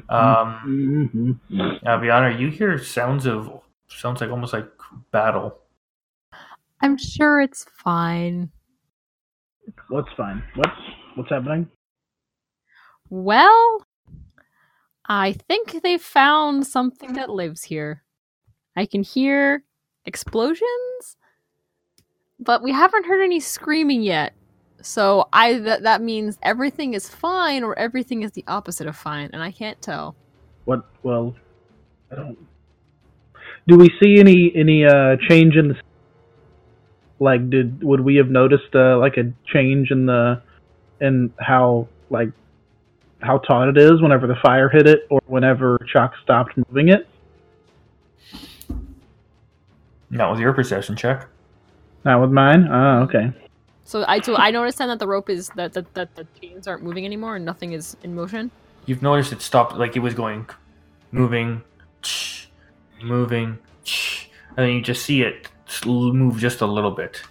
Um, Mm-hmm. Aviana, you hear sounds of sounds like almost like battle. I'm sure it's fine. What's fine? What's what's happening? Well, I think they found something that lives here. I can hear explosions, but we haven't heard any screaming yet. So I that that means everything is fine or everything is the opposite of fine and I can't tell. What well I don't Do we see any any uh change in the like did would we have noticed uh like a change in the in how like how taut it is whenever the fire hit it or whenever Chalk stopped moving it? Not with your perception check. Not with mine? Ah, okay. So I so I noticed then that the rope is that that, that the chains aren't moving anymore and nothing is in motion. You've noticed it stopped, like it was going, moving, moving, and then you just see it sl- move just a little bit.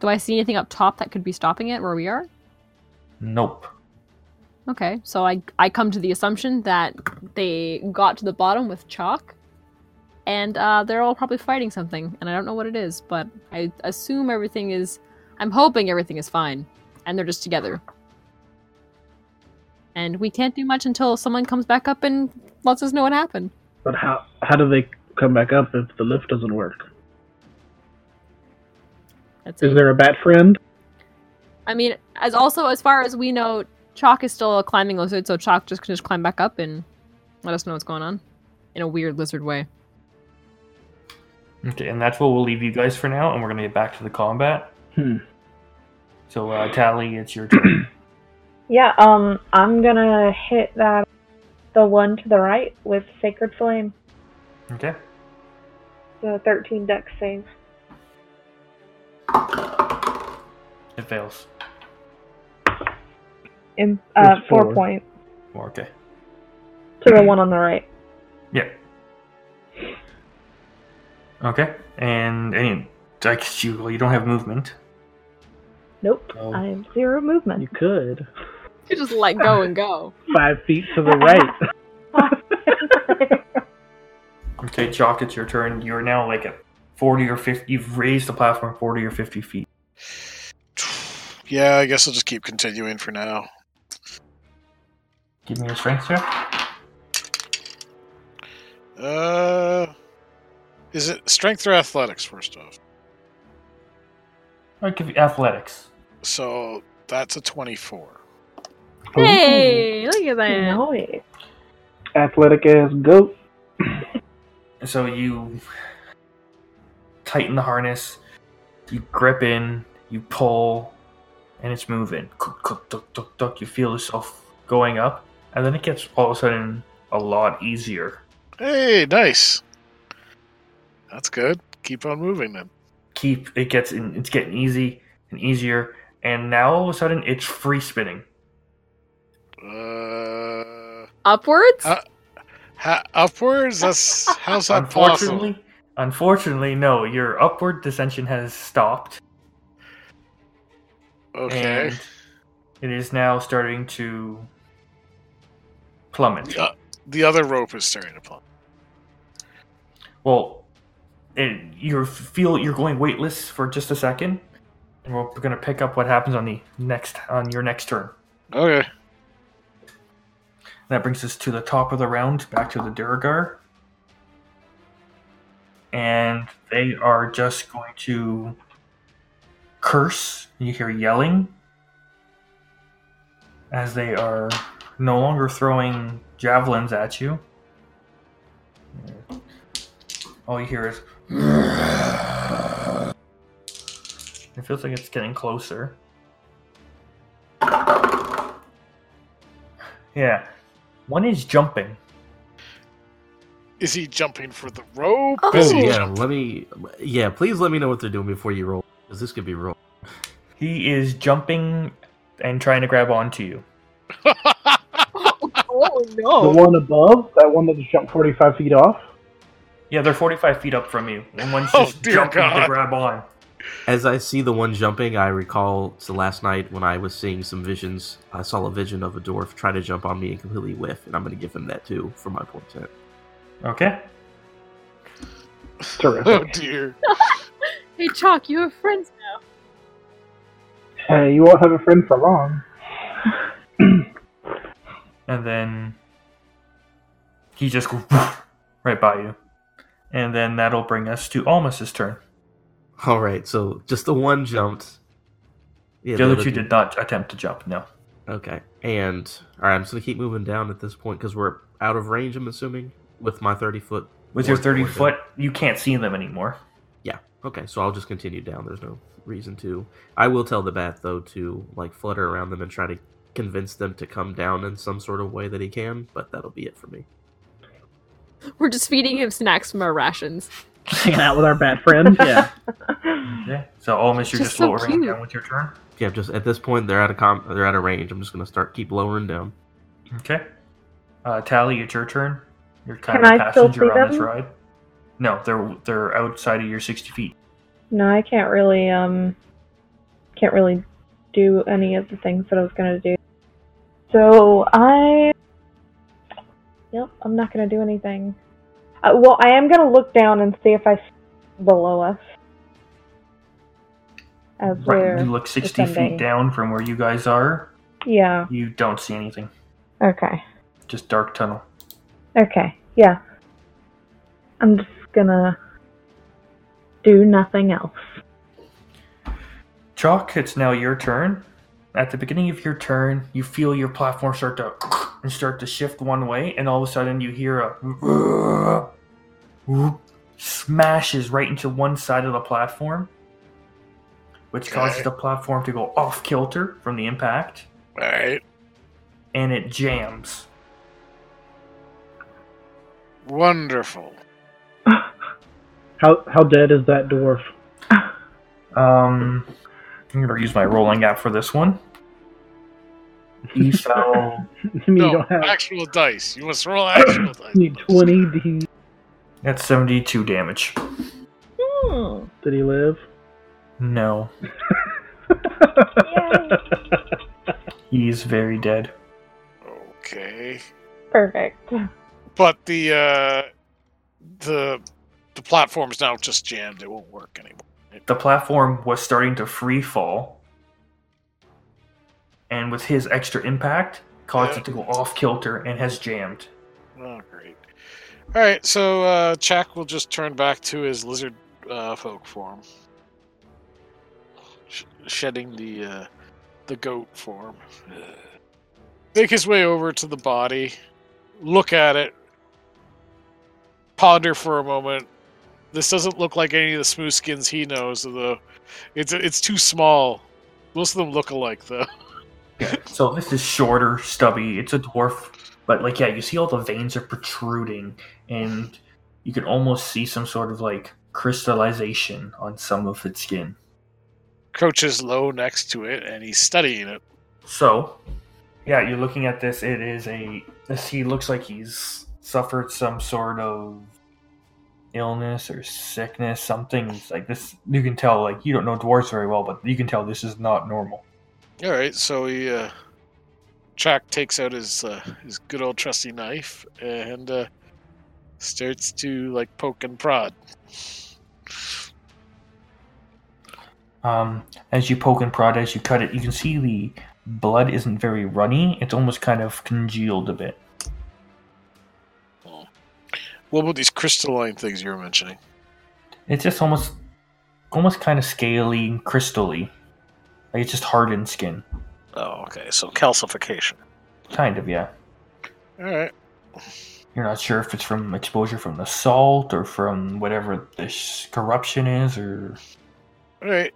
Do I see anything up top that could be stopping it where we are? Nope. Okay, so I I come to the assumption that they got to the bottom with chalk, and uh, they're all probably fighting something, and I don't know what it is, but I assume everything is. I'm hoping everything is fine, and they're just together. And we can't do much until someone comes back up and lets us know what happened. But how how do they come back up if the lift doesn't work? That's Is it. there a bat friend? I mean, as also as far as we know, chalk is still a climbing lizard, so chalk just can just climb back up and let us know what's going on, in a weird lizard way. Okay, and that's what we'll leave you guys for now, and we're gonna get back to the combat. Hmm. So, uh, Tally, it's your turn. Yeah, um, I'm gonna hit that the one to the right with Sacred Flame. Okay. The 13 deck save. It fails. In, uh, It's four four. point Four, okay. to the one on the right. Yeah. Okay. And any like you you don't have movement. Nope. Oh. I am zero movement. You could. You just let go and go. Five feet to the right. Okay, Jock, it's your turn. You're now like at forty or fifty you've raised the platform forty or fifty feet. Yeah, I guess I'll just keep continuing for now. Give me your strength check. Uh, is it strength or athletics first off? I'll give you athletics. So that's a twenty-four. Hey, look at that. nice. Athletic ass goat. So you tighten the harness, you grip in, you pull, and it's moving. Click, click, tuck, tuck, tuck. You feel yourself going up, and then it gets all of a sudden a lot easier. Hey, nice. That's good. Keep on moving then. Keep it gets in, it's getting easy and easier, and now all of a sudden it's free spinning. Uh, Upwards? Uh, ha- upwards. That's how's that unfortunately, possible? unfortunately, no. Your upward descension has stopped, Okay. and it is now starting to plummet. The, o- the other rope is starting to plumb. Well, it, you feel you're going weightless for just a second, and we're going to pick up what happens on the next on your next turn. Okay. That brings us to the top of the round, back to the Duragar. And they are just going to curse. You hear yelling as they are no longer throwing javelins at you. All you hear is. It feels like it's getting closer. Yeah. One is jumping. Is he jumping for the rope? Oh. Is he yeah, let me. Yeah, please let me know what they're doing before you roll, because this could be real. He is jumping and trying to grab onto you. oh The no. one above, that one that just jumped 45 feet off. Yeah, they're 45 feet up from you, and one's Oh, just dear jumping to God. grab on. As I see the one jumping, I recall to last night when I was seeing some visions. I saw a vision of a dwarf try to jump on me and completely whiff, and I'm going to give him that too for my portent. Okay. oh Terrific. dear. Hey Chalk, you have friends now. Hey, you won't have a friend for long. And then he just goes right by you. And then that'll bring us to Almus's turn. All right, so just the one jumped. Yeah, the other two did not attempt to jump, no. Okay, and all right, I'm just going to keep moving down at this point because we're out of range. I'm assuming with my 30 foot. With your or- 30 or- foot, you can't see them anymore. Okay, so I'll just continue down. There's no reason to. I will tell the bat though to like flutter around them and try to convince them to come down in some sort of way that he can, but that'll be it for me. We're just feeding him snacks from our rations. Hanging out with our bad friend. Yeah. Okay. So Almus, you're Just just so lowering cute. down with your turn. Yeah, just at this point they're out of com- they're out of range. I'm just gonna start keep lowering down. Okay. Uh, Tally, it's your turn. You're kind Can of a I still passenger see on this them? ride. No, they're they're outside of your 60 feet. No, I can't really um can't really do any of the things that I was gonna do. So I Yep, I'm not gonna do anything. Uh, well, I am gonna look down and see if I see below us. As Right, you we're look 60 descending. feet down from where you guys are. Yeah. You don't see anything. Okay. Just dark tunnel. Okay. Yeah. I'm just gonna do nothing else. Chalk, it's now your turn. At the beginning of your turn, you feel your platform start to and start to shift one way, and all of a sudden you hear a smashes right into one side of the platform, which causes Okay. the platform to go off kilter from the impact, All right. and it jams. Wonderful. How how dead is that dwarf? Um, I'm gonna use my rolling app for this one. He fell. I mean, you No, don't have actual dice. You must roll actual dice. you need twenty. Did he, That's 72 damage. Hmm. did he live? No, he's very dead. Okay. Perfect. But the uh, the the platform's now just jammed. It won't work anymore. The platform was starting to free fall, and with his extra impact, caused it to go off kilter and has jammed. Oh, great. All right, so uh, Chak will just turn back to his lizard uh, folk form, Sh- shedding the uh, the goat form. Make his way over to the body, look at it, ponder for a moment. This doesn't look like any of the smooth skins he knows, though. It's it's too small. Most of them look alike, though. So this is shorter, stubby. It's a dwarf, but like yeah, you see all the veins are protruding, and you can almost see some sort of like crystallization on some of its skin. Crouches low next to it, and he's studying it. So, yeah, you're looking at this. It is a. This he looks like he's suffered some sort of illness or sickness. Something's like this. You can tell. Like you don't know dwarves very well, but you can tell this is not normal. All right, so he uh, Chak takes out his uh, his good old trusty knife and uh, starts to like poke and prod. Um, as you poke and prod, as you cut it, you can see the blood isn't very runny. It's almost kind of congealed a bit. What about these crystalline things you were mentioning? It's just almost, almost kind of scaly and crystally. Like it's just hardened skin, Oh, okay, so calcification. kind of. Yeah. All right, You're not sure if it's from exposure from the salt or from whatever this corruption is, or all right.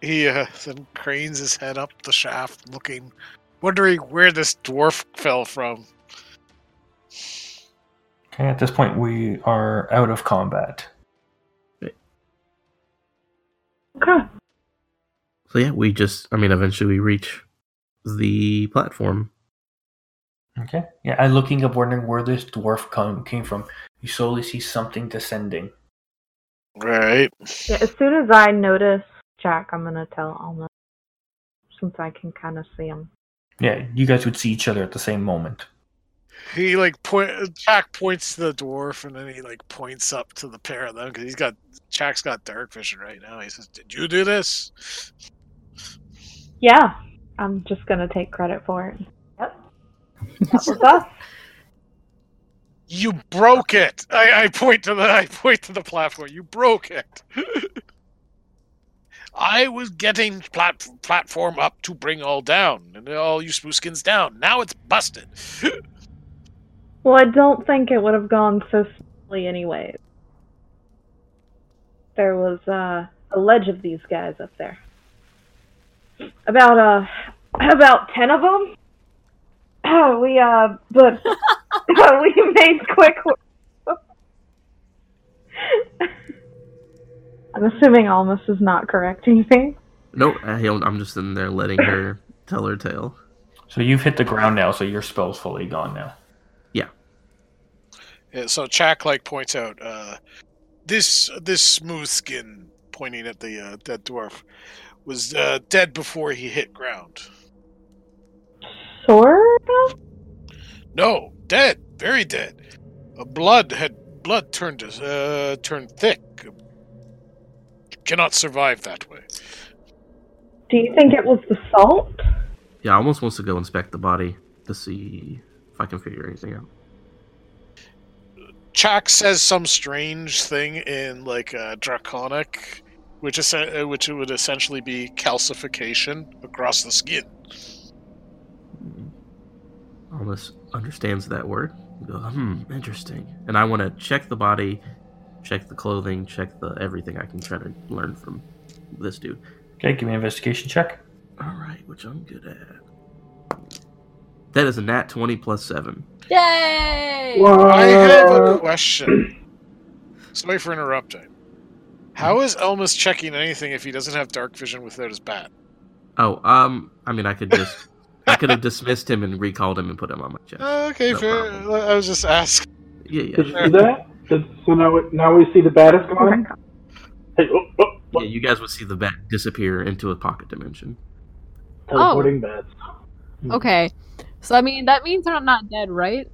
He uh, then cranes his head up the shaft, looking, wondering where this dwarf fell from. okay. At this point, we are out of combat. Okay. So yeah, we just I mean eventually we reach the platform. Okay. Yeah, I'm looking up, wondering where this dwarf come, came from. You slowly see something descending. All right, Yeah, as soon as I notice Jack, I'm gonna tell Alma, since I can kind of see him. Yeah, you guys would see each other at the same moment. he like point. Chak points to the dwarf, and then he like points up to the pair of them because he's got Chak's got dark vision right now. He says, "Did you do this?" Yeah, I'm just gonna take credit for it. Yep, that was us. You broke it. I, I point to the I point to the platform. You broke it. I was getting plat- platform up to bring all down and all you spooskins down. Now it's busted. Well, I don't think it would have gone so smoothly anyways. There was uh, a ledge of these guys up there. About uh, about ten of them. we uh, but we made quick. wo- I'm assuming Almas is not correcting me. No, I- I'm just in there letting her tell her tale. So you've hit the ground now, so your spell's fully gone now. Yeah, so Chak like points out uh, this this smooth skin pointing at the uh, that dwarf was uh, dead before he hit ground. Sort of. No, dead, very dead. Uh, blood had blood turned uh, turned thick. Cannot survive that way. Do you think it was the salt? Yeah, I almost wants to go inspect the body to see if I can figure anything out. Chak says some strange thing in like uh, draconic, which is which would essentially be calcification across the skin. Almost understands that word. Go, hmm, interesting. And I want to check the body, check the clothing, check the everything I can try to learn from this dude. Okay, give me an investigation check. All right, which I'm good at. That is a nat 20 plus 7. Yay! I have a question. Sorry for interrupting. How is Elmas checking anything if he doesn't have dark vision without his bat? Oh, um, I mean, I could just, I could have dismissed him and recalled him and put him on my chest. Oh, okay, No fair. problem. I was just asking. Yeah, yeah, Did you see that? Did, so now, we- now we see the bat is gone. Hey, oh, oh, yeah. You guys would see the bat disappear into a pocket dimension. teleporting Oh. bats. Okay. So I mean that means they're not dead, right?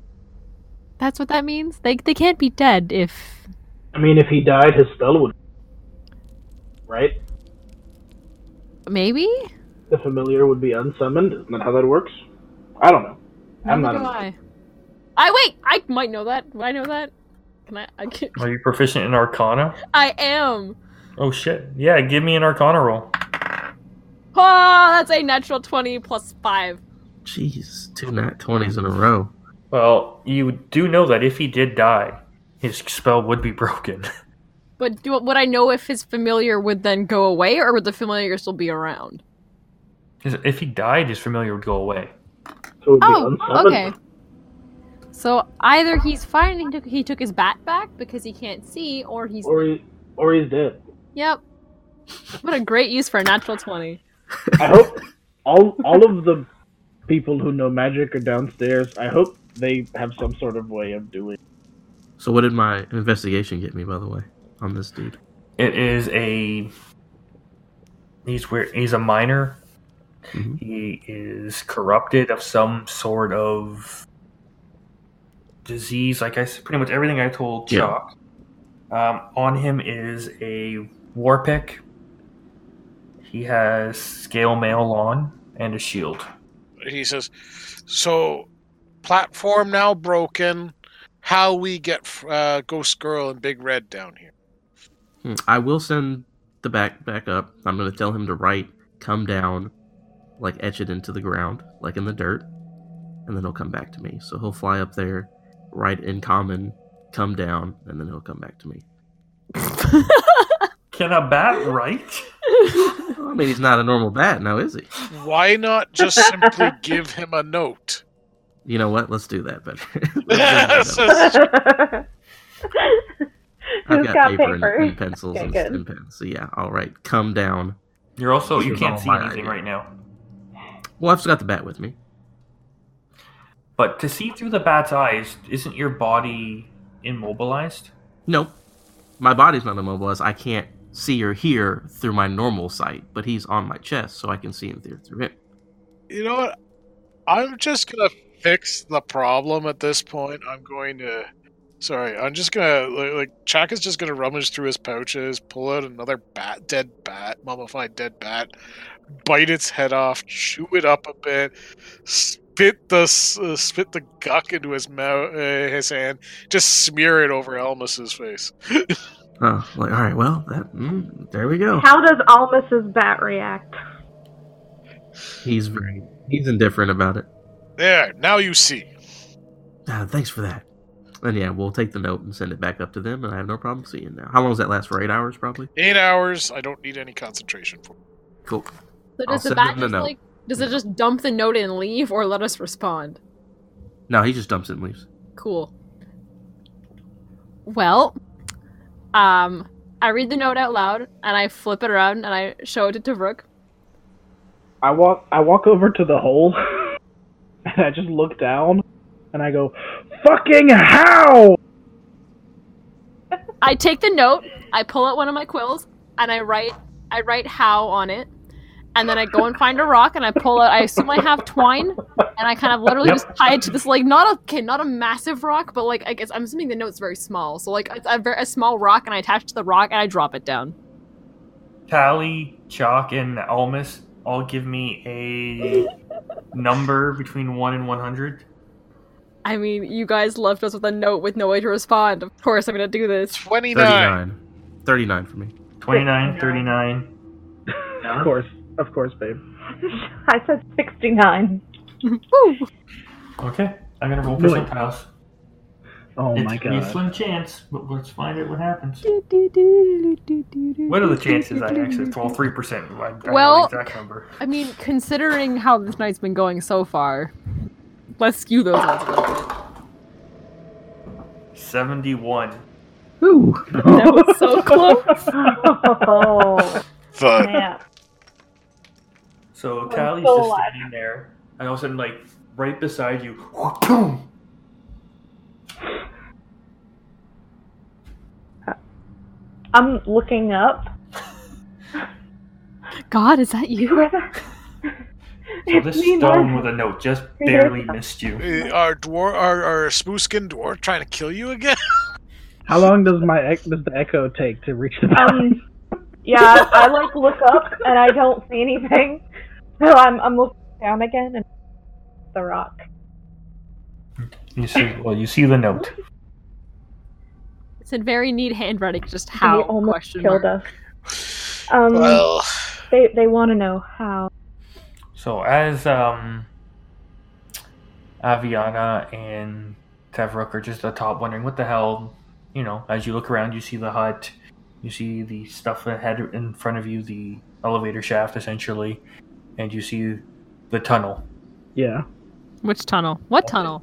That's what that means? They they can't be dead if I mean, if he died, his spell would. Right? maybe? The familiar would be unsummoned. Isn't that how that works? I don't know. I'm Neither not. do a- I. I wait, I might know that. Do I know that? Can I I can, Are you proficient in Arcana? I am. Oh shit! Yeah, give me an Arcana roll. Oh, that's a natural 20 plus 5. Jeez, two nat twenties in a row. Well, you do know that if he did die, his spell would be broken. But do, would I know if his familiar would then go away or would the familiar still be around? 'Cause if he died, his familiar would go away. So it would be Oh, unsummoned. okay. So either he's fine and he took, he took his bat back because he can't see or he's Or, he, or he's dead. Yep. What a great use for a natural 20. I hope all all of the people who know magic are downstairs. I hope they have some sort of way of doing. So what did my investigation get me, by the way, on this dude? It is a. He's weird. He's a minor. Mhm. He is corrupted of some sort of disease. Like I s- pretty much everything I told Yeah. Chalk. Um, on him is a war pick. He has scale mail on and a shield. He says, "So, platform now broken. How we get uh, Ghost Girl and Big Red down here?" Hmm, I will send the back back up. I'm gonna tell him to write, come down, like etch it into the ground, like in the dirt, and then he'll come back to me. So he'll fly up there, write in common, come down, and then he'll come back to me. Can a bat write? Well, I mean, he's not a normal bat now, is he? Why not just simply give him a note? You know what? Let's do that. But Says- I've Who's got, got paper, and- paper? And, pencils Okay, and, good. and pens. So yeah, all right. Come down. You're also you This is can't all see my anything idea. right now. Well, I've still got the bat with me. But to see through the bat's eyes, isn't your body immobilized? Nope. My body's not immobilized. I can't see or hear through my normal sight, but he's on my chest, so I can see and hear through him. you know what? I'm just gonna fix the problem at this point. I'm going to. Sorry, I'm just gonna like, like Chak is just gonna rummage through his pouches, pull out another bat, dead bat, mummified dead bat, bite its head off, chew it up a bit, spit the s- uh, spit the guck into his mouth, uh, his hand, just smear it over Elmas's face. Oh, like all right. Well, that mm, there we go. How does Almus's bat react? He's very he's indifferent about it. There, now you see. Ah, thanks for that. And yeah, we'll take the note and send it back up to them, and I have no problem seeing now. How long does that last for? Eight hours, probably. Eight hours. I don't need any concentration for. it. Cool. So I'll does the send bat them the just note. like does it just dump the note and leave or let us respond? No, he just dumps it and leaves. Cool. Well, um I read the note out loud and I flip it around and I show it to Tavruk. I walk I walk over to the hole and I just look down and I go, Fucking how I take the note, I pull out one of my quills, and I write I write how on it. And then I go and find a rock and I pull out I assume I have twine and I kind of literally just tie it to this like not a okay, not a massive rock, but like I guess I'm assuming the note's very small. So like it's a, very, a small rock and I attach it to the rock and I drop it down. Tally, Chalk, and Almus all give me a number between 1 and 100. I mean, you guys left us with a note with no way to respond. Of course I'm gonna do this. Twenty-nine. Thirty-nine. Thirty-nine for me. 29, 39. Of course. Of course, babe. I said 69. Woo! Okay, I'm gonna roll for Really? some tiles. Oh it's my gonna be a god. slim chance, but let's find out what happens. What are the chances I actually well three percent? I, I Well- know the exact number. I mean, considering how this night's been going so far, let's skew those odds a little bit. Seventy-one. Ooh. That was so close. Oh, The man. So I'm Callie's so just alive. sitting there, and all of a sudden, like right beside you, boom. I'm looking up. God, is that you? So It's this me, stone Mark. with a note just Yeah. barely missed you. Eh, our dwarf, our, our smooth skinned dwarf, trying to kill you again. How long does my ec- does the echo take to reach the body? Um, yeah, I, I like look up and I don't see anything. So I'm I'm looking down again and the rock. You see, well, you see the note. It's in very neat handwriting. Just They how? almost question killed mark. us. Um, Well, they they want to know how. So as um, Aviana and Tevrook are just atop, wondering what the hell, you know. As you look around, you see the hut, you see the stuff ahead in front of you, the elevator shaft essentially, and you see the tunnel. yeah, Which tunnel? What tunnel?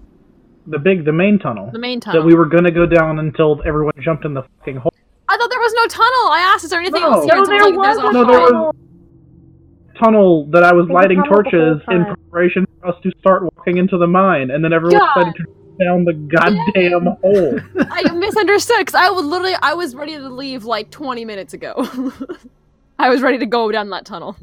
the big the main tunnel The main tunnel. that we were gonna go down until everyone jumped in the fucking hole. I thought there was no tunnel. I asked, is there anything No. else here? No, It's there like was there's a a No, there hall. was tunnel that I was There was a lighting tunnel the whole torches in time. preparation for us to start walking into the mine, and then everyone God. decided to drive down the goddamn hole. I misunderstood because I was literally I was ready to leave like 20 minutes ago. I was ready to go down that tunnel.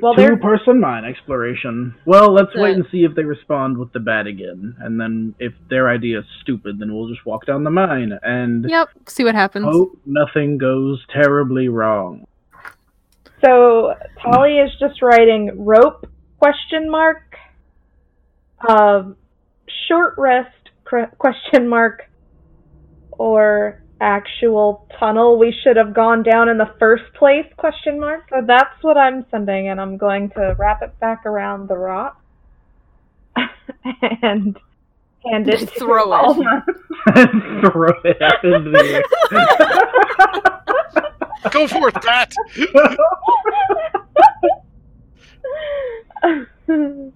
Well, Two they're person mine exploration. Well, let's The- wait and see if they respond with the bat again, and then if their idea is stupid, then we'll just walk down the mine and Yep. See what happens. hope nothing goes terribly wrong. so Polly is just writing rope question mark. Um, short rest cr- question mark, or actual tunnel we should have gone down in the first place question mark. So that's what I'm sending, and I'm going to wrap it back around the rock and hand it. to Throw it. Alma. Throw it up into the go forth, bat.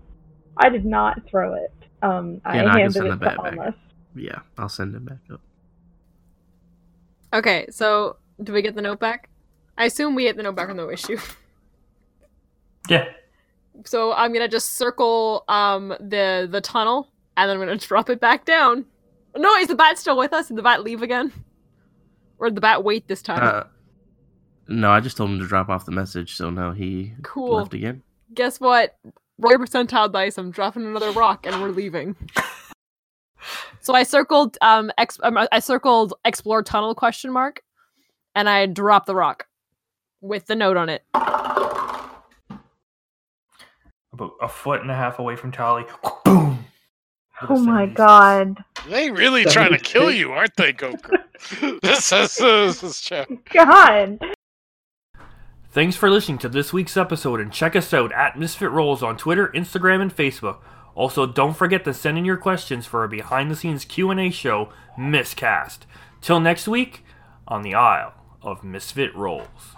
I did not throw it. Um, I Yeah, no, I can handed send it the to bat back. Almas. Yeah, I'll send it back up. Okay, so do we get the note back? I assume we get the note back on the issue. Yeah. So I'm gonna just circle um the the tunnel and then I'm gonna drop it back down. No, is the bat still with us? Did the bat leave again? Or did the bat wait this time? Uh, no, I just told him to drop off the message, so now he cool. left again. Guess what? Roy percentile dice. I'm dropping another rock and we're leaving. so I circled um, ex- um I circled explore tunnel question mark, and I dropped the rock with the note on it. about a foot and a half away from Tali. Boom! Oh my god. They really That trying to is kill big. you, aren't they, Goku? this is this is chap. God. Thanks for listening to this week's episode and check us out at Misfit Rolls on Twitter, Instagram, and Facebook. Also, don't forget to send in your questions for our behind-the-scenes Q&A show, Miscast. Till next week, on the Isle of Misfit Rolls.